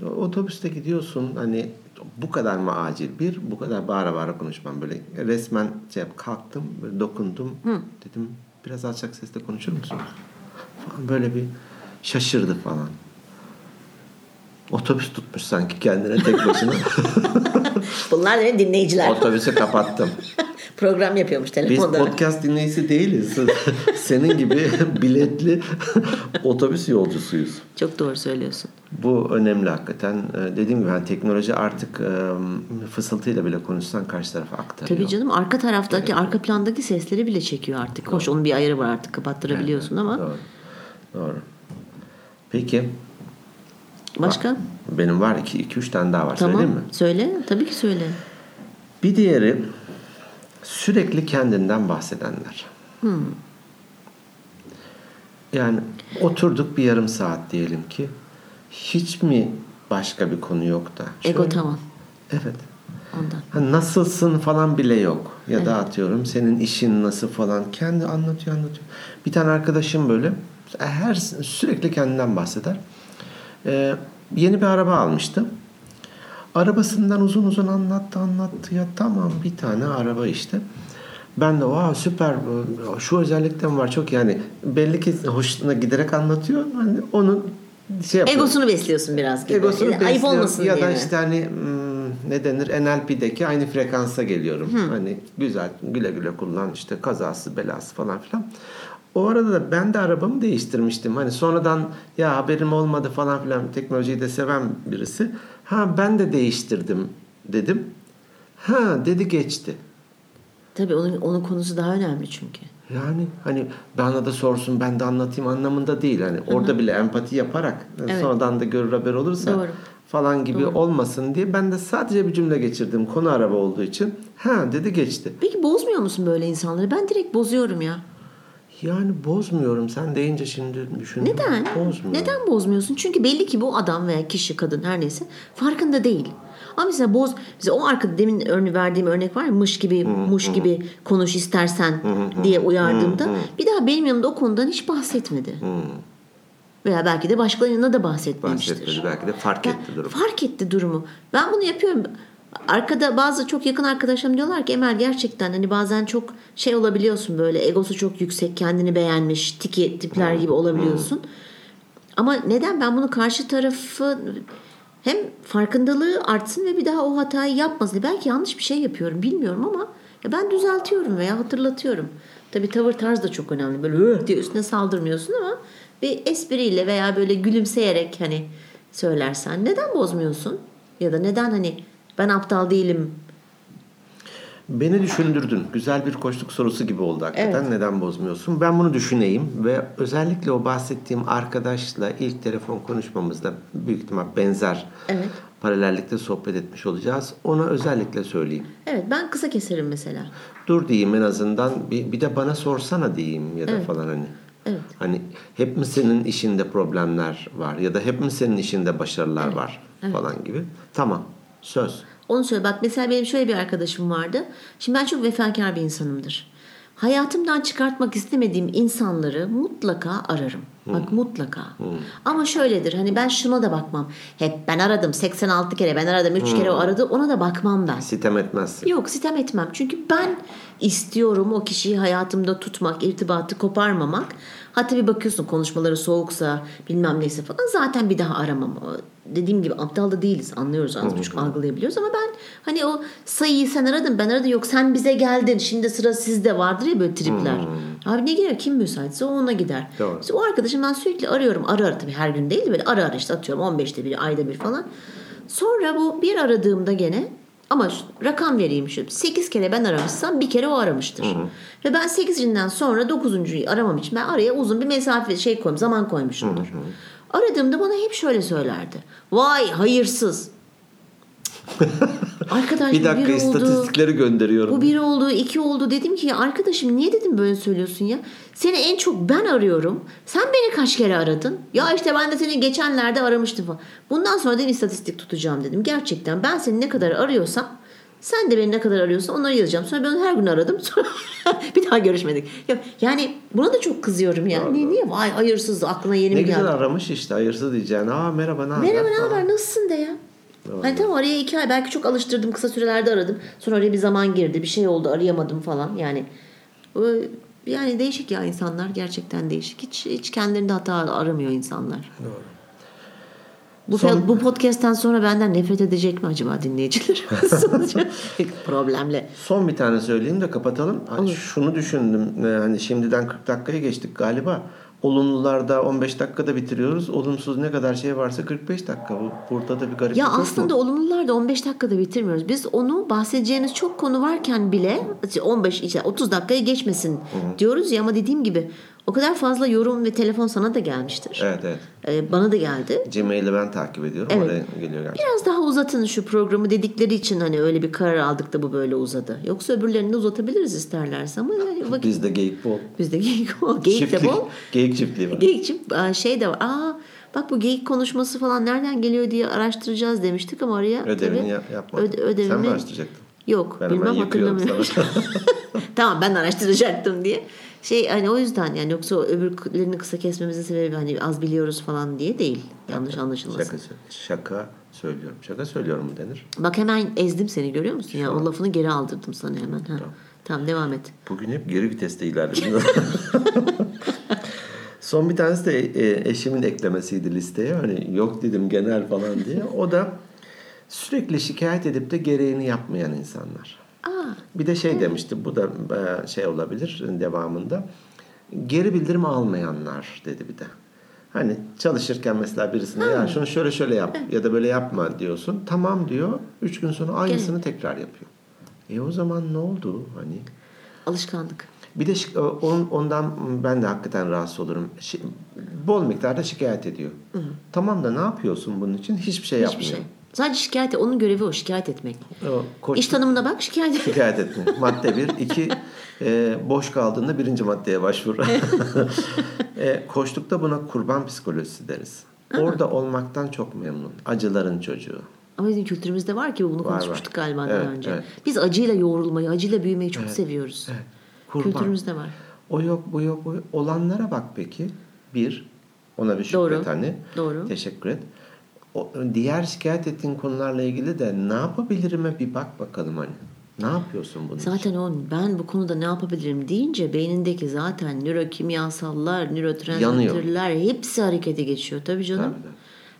Yani otobüste gidiyorsun hani bu kadar mı acil? Bir, bu kadar bağıra bağıra konuşmam böyle. Resmen şey yap- kalktım, böyle dokundum. Dedim biraz alçak sesle konuşur musun? Falan böyle bir şaşırdı falan. Otobüs tutmuş sanki kendine
[LAUGHS]
tek başına.
Bunlar da dinleyiciler.
Otobüsü kapattım.
[LAUGHS] Program yapıyormuş
Biz
telefonda.
podcast dinleyicisi değiliz. Senin gibi [LAUGHS] biletli otobüs yolcusuyuz.
Çok doğru söylüyorsun.
Bu önemli hakikaten. Ee, Dediğim gibi hani teknoloji artık e, fısıltıyla bile konuşsan karşı tarafa aktarıyor.
Tabii canım arka taraftaki, arka plandaki sesleri bile çekiyor artık. Hoş onun bir ayarı var artık kapattırabiliyorsun ama
Doğru. Doğru. Peki.
başka?
Benim var 2 iki, 3 tane daha var.
Tamam.
Söyleyeyim mi?
Söyle. Tabii ki söyle.
Bir diğeri sürekli kendinden bahsedenler.
Hmm,
Yani oturduk bir yarım saat diyelim ki hiç mi başka bir konu yok da?
Ego
Şöyle-
tamam.
Evet.
Ondan.
Ha, nasılsın falan bile yok. Ya da atıyorum senin işin nasıl falan. Kendi anlatıyor anlatıyor. Bir tane arkadaşım böyle her sürekli kendinden bahseder. Ee, yeni bir araba almıştı. Arabasından uzun uzun anlattı anlattı ya tamam bir tane araba işte. Ben de vay süper bu- şu özellik de mi var çok yani belli ki hoşuna giderek anlatıyor. Hani onun şey yapıyor.
Egosunu besliyorsun biraz gibi.
Egosunu
Ayıp
besliyor.
olmasın
ya
diye.
da işte hani hmm, ne denir NLP'deki aynı frekansa geliyorum. Hani güzel güle güle kullan işte kazası belası falan filan. O arada da ben de arabamı değiştirmiştim. Hani sonradan ya haberim olmadı falan filan teknolojiyi de seven birisi. Ha ben de değiştirdim dedim. Ha dedi geçti.
Tabii onun, onun konusu daha önemli çünkü.
Yani hani bana da sorsun ben de anlatayım anlamında değil. Hani orada bile empati yaparak hani,
Evet.
sonradan da görür haber olursa
Doğru.
falan gibi olmasın diye ben de sadece bir cümle geçirdim konu araba olduğu için. Ha dedi geçti.
Peki bozmuyor musun böyle insanları? Ben direkt bozuyorum ya.
Yani bozmuyorum sen deyince şimdi düşündüm.
Neden?
Bozmuyorum.
Neden bozmuyorsun? Çünkü belli ki bu adam veya kişi, kadın her neyse farkında değil. Ama mesela boz, mesela o arkada demin örneği verdiğim örnek var ya mış gibi, muş gibi konuş istersen diye uyardığımda bir daha benim yanımda o konudan hiç bahsetmedi. Veya belki de başkalarına da bahsetmemiştir.
Bahsetmedi belki de fark
Ben-
etti durum.
Fark etti durumu. Ben bunu yapıyorum. Arkada bazı çok yakın arkadaşlarım diyorlar ki Emel gerçekten hani bazen çok şey olabiliyorsun böyle egosu çok yüksek kendini beğenmiş tiki tipler
Hmm.
gibi olabiliyorsun. Ama neden ben bunu karşı tarafı hem farkındalığı artsın ve bir daha o hatayı yapmasın. Belki yanlış bir şey yapıyorum bilmiyorum ama ya ben düzeltiyorum veya hatırlatıyorum. Tabii tavır tarz da çok önemli. Böyle "Hıh!" diye üstüne saldırmıyorsun ama bir espriyle veya böyle gülümseyerek hani söylersen neden bozmuyorsun? Ya da neden hani ben aptal değilim
Beni düşündürdün. Güzel bir koçluk sorusu gibi oldu hakikaten. Neden bozmuyorsun? Ben bunu düşüneyim ve özellikle o bahsettiğim arkadaşla ilk telefon konuşmamızda büyük ihtimal benzer
Evet.
paralellikte sohbet etmiş olacağız. Ona özellikle söyleyeyim.
Evet ben kısa keserim mesela.
Dur diyeyim en azından. Bir, bir de bana sorsana diyeyim ya da falan hani.
Evet.
Hani hep mi senin işinde problemler var ya da hep mi senin işinde başarılar var falan gibi. Tamam. Söz.
Onu söyle. Bak mesela benim şöyle bir arkadaşım vardı. Şimdi ben çok vefakar bir insanımdır. Hayatımdan çıkartmak istemediğim insanları mutlaka ararım. Bak mutlaka. Ama şöyledir hani ben şuna da bakmam. Hep ben aradım 86 kere ben aradım 3 kere o aradı ona da bakmam ben.
Sitem etmezsin.
Yok sitem etmem. Çünkü ben istiyorum o kişiyi hayatımda tutmak, irtibatı koparmamak. Hatta bir bakıyorsun konuşmaları soğuksa bilmem neyse falan zaten bir daha aramam. O Dediğim gibi aptal da değiliz anlıyoruz az buçuk algılayabiliyoruz ama ben hani o sayıyı sen aradın ben aradım yok sen bize geldin şimdi sıra sizde vardır ya böyle tripler. Abi ne gerek kim müsaitse o ona gider.
Doğru.
İşte o arkadaşım ben sürekli arıyorum ara ara tabii her gün değil de böyle ara ara işte atıyorum 15'te bir ayda bir falan. Sonra bu bir aradığımda gene ama şu- rakam vereyim şu. 8 kere ben aramışsam bir kere o aramıştır. Ve ben 8'inden sonra 9.'yu aramam için ben araya uzun bir mesafe şey koymuş, zaman koymuşumdur. Aradığımda bana hep şöyle söylerdi. Vay
[LAUGHS]
hayırsız. Arkadaş
Bir dakika
biri oldu.
istatistikleri gönderiyorum.
Bu bir oldu, iki oldu. Dedim ki ya arkadaşım niye dedim böyle söylüyorsun ya? Seni en çok ben arıyorum. Sen beni kaç kere aradın? Ya işte ben de seni geçenlerde aramıştım falan. Bundan sonra dedim istatistik tutacağım dedim. Gerçekten ben seni ne kadar arıyorsam sen de beni ne kadar arıyorsan onları yazacağım. Sonra ben onu her gün aradım. [LAUGHS] Sonra bir daha görüşmedik. Ya, yani buna da çok kızıyorum ya. Niye, niye? Vay hayırsız aklına yeni
Ne
mi
güzel
geldi?
aramış işte hayırsız diyeceğin. Aa merhaba ne haber?
Merhaba ne
falan.
haber nasılsın de ya. Hani tamam araya iki ay belki çok alıştırdım kısa sürelerde aradım. Sonra oraya bir zaman girdi bir şey oldu arayamadım falan yani. o- Yani değişik ya insanlar gerçekten değişik. Hiç, hiç kendilerinde hata aramıyor insanlar.
Doğru.
Bu,
Son-
fe- bu podcast'ten sonra benden nefret edecek mi acaba [LAUGHS] dinleyiciler? Problemle.
Son bir tane söyleyeyim de kapatalım. Hani şunu düşündüm. e, Hani şimdiden 40 dakikaya geçtik galiba. Olumlularda 15 dakikada bitiriyoruz. Olumsuz ne kadar şey varsa 45 dakika. Bu burada da bir gariplik
Ya
yok mu?
aslında olumlular da 15 dakikada bitirmiyoruz. Biz onu bahsedeceğiniz çok konu varken bile 15 işte 30 dakikaya geçmesin diyoruz ya ama dediğim gibi o kadar fazla yorum ve telefon sana da gelmiştir.
Evet evet.
Ee, bana da geldi.
Gmail'i ben takip ediyorum.
Evet.
Oraya geliyor gerçekten.
Biraz daha uzatın şu programı dedikleri için hani öyle bir karar aldık da bu böyle uzadı. Yoksa öbürlerini de uzatabiliriz isterlerse ama yani vakit
Bizde geyik bol.
bizde [LAUGHS] geyik bol. Geyik de
Çiftlik-
bol.
Geyik çiftliği var.
Geyikçi aa, şey de var. Aa, bak bu geyik konuşması falan nereden geliyor diye araştıracağız demiştik ama oraya
Ödevini
tabii
yap, yapmadın.
öde- ödevimi-
Sen mi araştıracaktın?
Yok
Ben
bilmem
hemen yıkıyorum
hatırlamıyorum. [LAUGHS] tamam ben araştıracaktım diye. Şey hani o yüzden yani yoksa öbürlerini kısa kesmemizin sebebi hani az biliyoruz falan diye değil. Yanlış anlaşılmasın.
Şaka, şaka söylüyorum. Şaka söylüyorum mu denir?
Bak hemen ezdim seni görüyor musun? Ya o lafını geri aldırdım sana hemen. Ha. Tamam. devam et.
Bugün hep geri viteste ilerledim. [LAUGHS] Son bir tanesi de e, eşimin eklemesiydi listeye. Hani yok dedim genel falan diye. O da sürekli şikayet edip de gereğini yapmayan insanlar.
Aa,
Bir de şey demişti bu da e, şey olabilir devamında. Geri bildirim almayanlar dedi bir de. Hani çalışırken mesela birisine ya şunu şöyle şöyle yap ya da böyle yapma diyorsun. Tamam diyor. Üç gün sonra aynısını tekrar yapıyor. E o zaman ne oldu hani?
alışkanlık.
Bir de şi- on- ondan ben de hakikaten rahatsız olurum. Şi- Bol miktarda şikayet ediyor. Tamam da ne yapıyorsun bunun için? Hiçbir şey
Hiçbir
yapmıyor.
şey. Sadece şikayet onun görevi o şikayet etmek.
O koç-
İş tanımına bak şikayet et.
Şikayet etme. Madde bir. iki e, boş kaldığında birinci maddeye başvur. e, koştukta buna kurban psikolojisi deriz. Orada olmaktan çok memnun. Acıların çocuğu.
Ama bizim kültürümüzde var ki bunu
var.
konuşmuştuk galiba daha
Evet,
önce.
evet.
Biz acıyla yoğrulmayı, acıyla büyümeyi çok seviyoruz.
Kurban.
Kültürümüzde var.
O yok bu yok bu yok. Olanlara bak peki. Bir. Ona bir şükret
Doğru.
hani.
Doğru.
Teşekkür et. O, diğer şikayet ettiğin konularla ilgili de ne yapabilirime bir bak bakalım hani. Ne yapıyorsun bunun için?
Zaten o ben bu konuda ne yapabilirim deyince beynindeki zaten nörokimyasallar, nörotransmitterler hepsi harekete geçiyor tabii canım.
Tabii, tabii.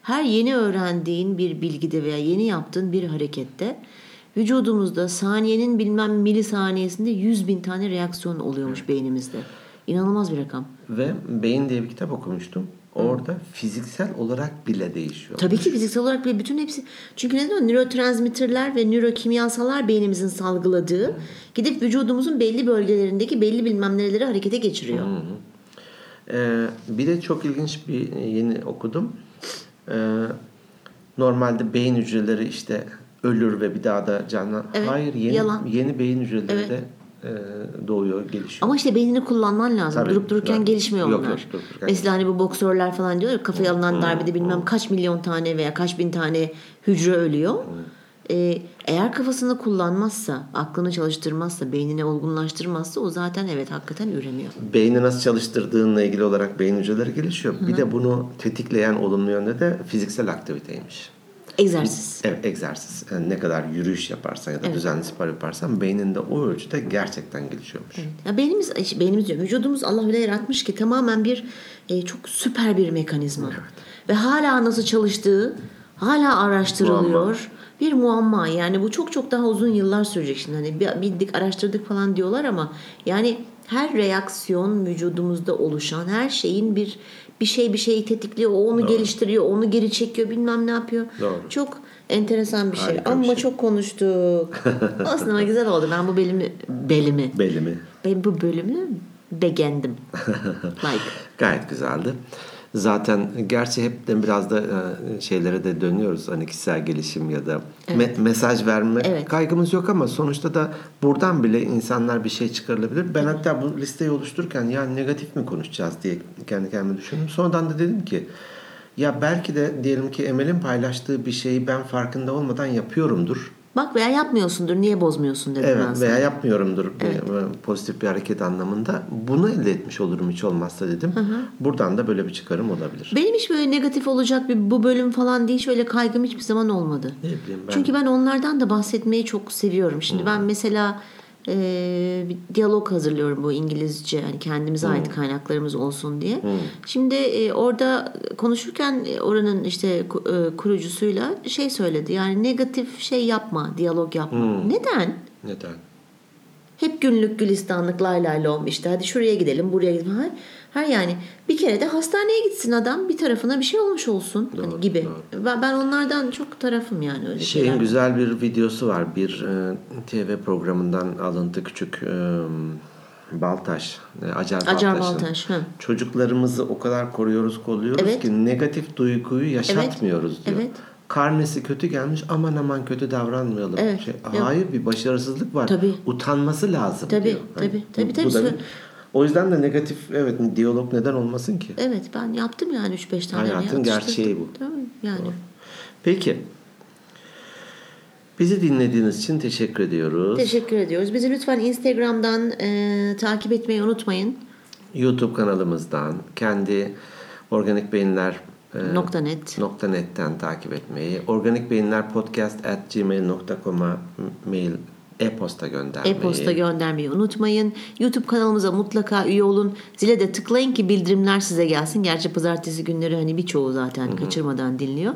Her yeni öğrendiğin bir bilgide veya yeni yaptığın bir harekette vücudumuzda saniyenin bilmem milisaniyesinde 100 bin tane reaksiyon oluyormuş beynimizde. İnanılmaz bir rakam.
Ve Beyin diye bir kitap okumuştum. Orada fiziksel olarak bile değişiyor.
Tabii ki fiziksel olarak bile bütün hepsi. Çünkü neden o nörotransmitterler ve nörokimyasallar beynimizin salgıladığı gidip vücudumuzun belli bölgelerindeki belli bilmem nereleri harekete geçiriyor.
Ee, bir de çok ilginç bir e, yeni okudum. Ee, normalde beyin hücreleri işte ölür ve bir daha da canlan.
Evet,
Hayır yeni
yalan.
yeni beyin hücreleri de e, doğuyor, gelişiyor.
Ama işte beynini kullanman lazım.
Tabii.
durup dururken
Yani
gelişmiyor
yok,
onlar.
yok, durup dururken Hmm.
Mesela hani bu boksörler falan diyorlar ya, kafaya alınan darbede bilmem kaç milyon tane veya kaç bin tane hücre ölüyor. e, eğer kafasını kullanmazsa, aklını çalıştırmazsa, beynini olgunlaştırmazsa o zaten evet hakikaten üremiyor.
Beyni nasıl çalıştırdığınla ilgili olarak beyin hücreleri gelişiyor. Bir de bunu tetikleyen olumlu yönde de fiziksel aktiviteymiş.
Egzersiz.
Evet, egzersiz. Yani ne kadar yürüyüş yaparsan ya da
Evet.
düzenli spor yaparsan beyninde o ölçüde gerçekten gelişiyormuş.
Ya beynimiz, ay, beynimiz diyorum, vücudumuz Allah öyle yaratmış ki tamamen bir e, çok süper bir mekanizma. Ve hala nasıl çalıştığı hala araştırılıyor.
Muamma.
Bir muamma yani bu çok çok daha uzun yıllar sürecek şimdi hani bi- bildik araştırdık falan diyorlar ama yani her reaksiyon vücudumuzda oluşan her şeyin bir bir şey bir şeyi tetikliyor o onu geliştiriyor onu geri çekiyor bilmem ne yapıyor.
Doğru.
Çok enteresan bir şey
Harika bir
ama
şey.
çok
[LAUGHS]
konuştuk. Aslında ama güzel oldu ben bu belimi belimi
Belli mi?
ben E, bu bölümü
[LAUGHS]
beğendim. like.
Gayet güzeldi. Zaten gerçi hep de biraz da e, şeylere de dönüyoruz hani kişisel gelişim ya da me- mesaj verme
Evet.
kaygımız yok ama sonuçta da buradan bile insanlar bir şey çıkarılabilir. Ben hatta bu listeyi oluştururken ya negatif mi konuşacağız diye kendi kendime düşündüm. Sonradan da dedim ki ya belki de diyelim ki Emel'in paylaştığı bir şeyi ben farkında olmadan yapıyorumdur.
Bak veya yapmıyorsundur niye bozmuyorsun dedim ben
Evet
sana.
veya yapmıyorumdur e, pozitif bir hareket anlamında. Bunu elde etmiş olurum hiç olmazsa dedim. Buradan da böyle bir çıkarım olabilir.
Benim hiç böyle negatif olacak bir bu bölüm falan değil şöyle kaygım hiçbir zaman olmadı.
Ne bileyim ben.
Çünkü ben onlardan da bahsetmeyi çok seviyorum. Şimdi ben mesela e, bir diyalog hazırlıyorum bu İngilizce hani kendimize ait kaynaklarımız olsun diye. Şimdi e, orada konuşurken e, oranın işte ku- e, kurucusuyla şey söyledi. Yani negatif şey yapma, diyalog yapma. Neden?
Neden?
Hep günlük gülistanlık lay lay lom işte hadi şuraya gidelim buraya gidelim. Hayır, hayır yani bir kere de hastaneye gitsin adam bir tarafına bir şey olmuş olsun hani
Doğru,
gibi. Ben, ben onlardan çok tarafım yani öyle
Şeyin
şeyler.
güzel bir videosu var. Bir e, TV programından alıntı küçük e, Baltaş, e, Acar,
Acar
Baltaş'ın.
Baltaş. Hı.
Çocuklarımızı o kadar koruyoruz, kolluyoruz
Evet.
ki negatif duyguyu yaşatmıyoruz diyor.
evet.
Karnesi kötü gelmiş aman aman kötü davranmayalım.
Evet,
Şey,
yok.
hayır bir başarısızlık var.
Tabii.
Utanması lazım
Tabii,
diyor. Hani
tabii, tabii,
bu
tabii.
da bir- o yüzden de negatif evet diyalog neden olmasın ki?
Evet ben yaptım yani 3-5 tane.
Hayatın
atıştırdım.
gerçeği bu.
Değil mi? Yani.
Peki. Bizi dinlediğiniz için teşekkür ediyoruz.
Teşekkür ediyoruz. Bizi lütfen Instagram'dan e, takip etmeyi unutmayın.
YouTube kanalımızdan, kendi Organik Beyinler e,
Nokta net.
nokta net'ten takip etmeyi, Organik Beyinler Podcast at gmail.com'a mail e-posta göndermeyi.
E-posta göndermeyi unutmayın. YouTube kanalımıza mutlaka üye olun. Zile de tıklayın ki bildirimler size gelsin. Gerçi pazartesi günleri hani birçoğu zaten kaçırmadan dinliyor.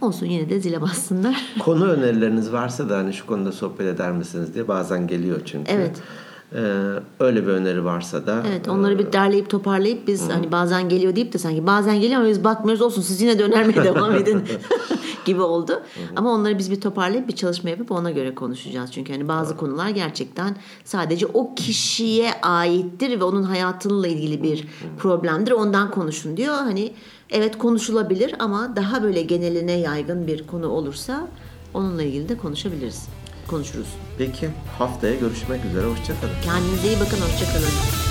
Olsun yine de zile bassınlar.
Konu önerileriniz varsa da hani şu konuda sohbet eder misiniz diye bazen geliyor çünkü.
Evet.
E, öyle bir öneri varsa da e,
Evet onları bir derleyip toparlayıp biz hani bazen geliyor deyip de sanki bazen geliyor ama biz bakmıyoruz olsun siz yine de önermeye devam edin [LAUGHS] gibi oldu. Ama onları biz bir toparlayıp bir çalışma yapıp ona göre konuşacağız. Çünkü hani bazı konular gerçekten sadece o kişiye aittir ve onun hayatıyla ilgili bir problemdir. Ondan konuşun diyor. Hani evet konuşulabilir ama daha böyle geneline yaygın bir konu olursa onunla ilgili de konuşabiliriz. Konuşuruz.
Peki haftaya görüşmek üzere. Hoşçakalın.
Kendinize iyi bakın. Hoşçakalın.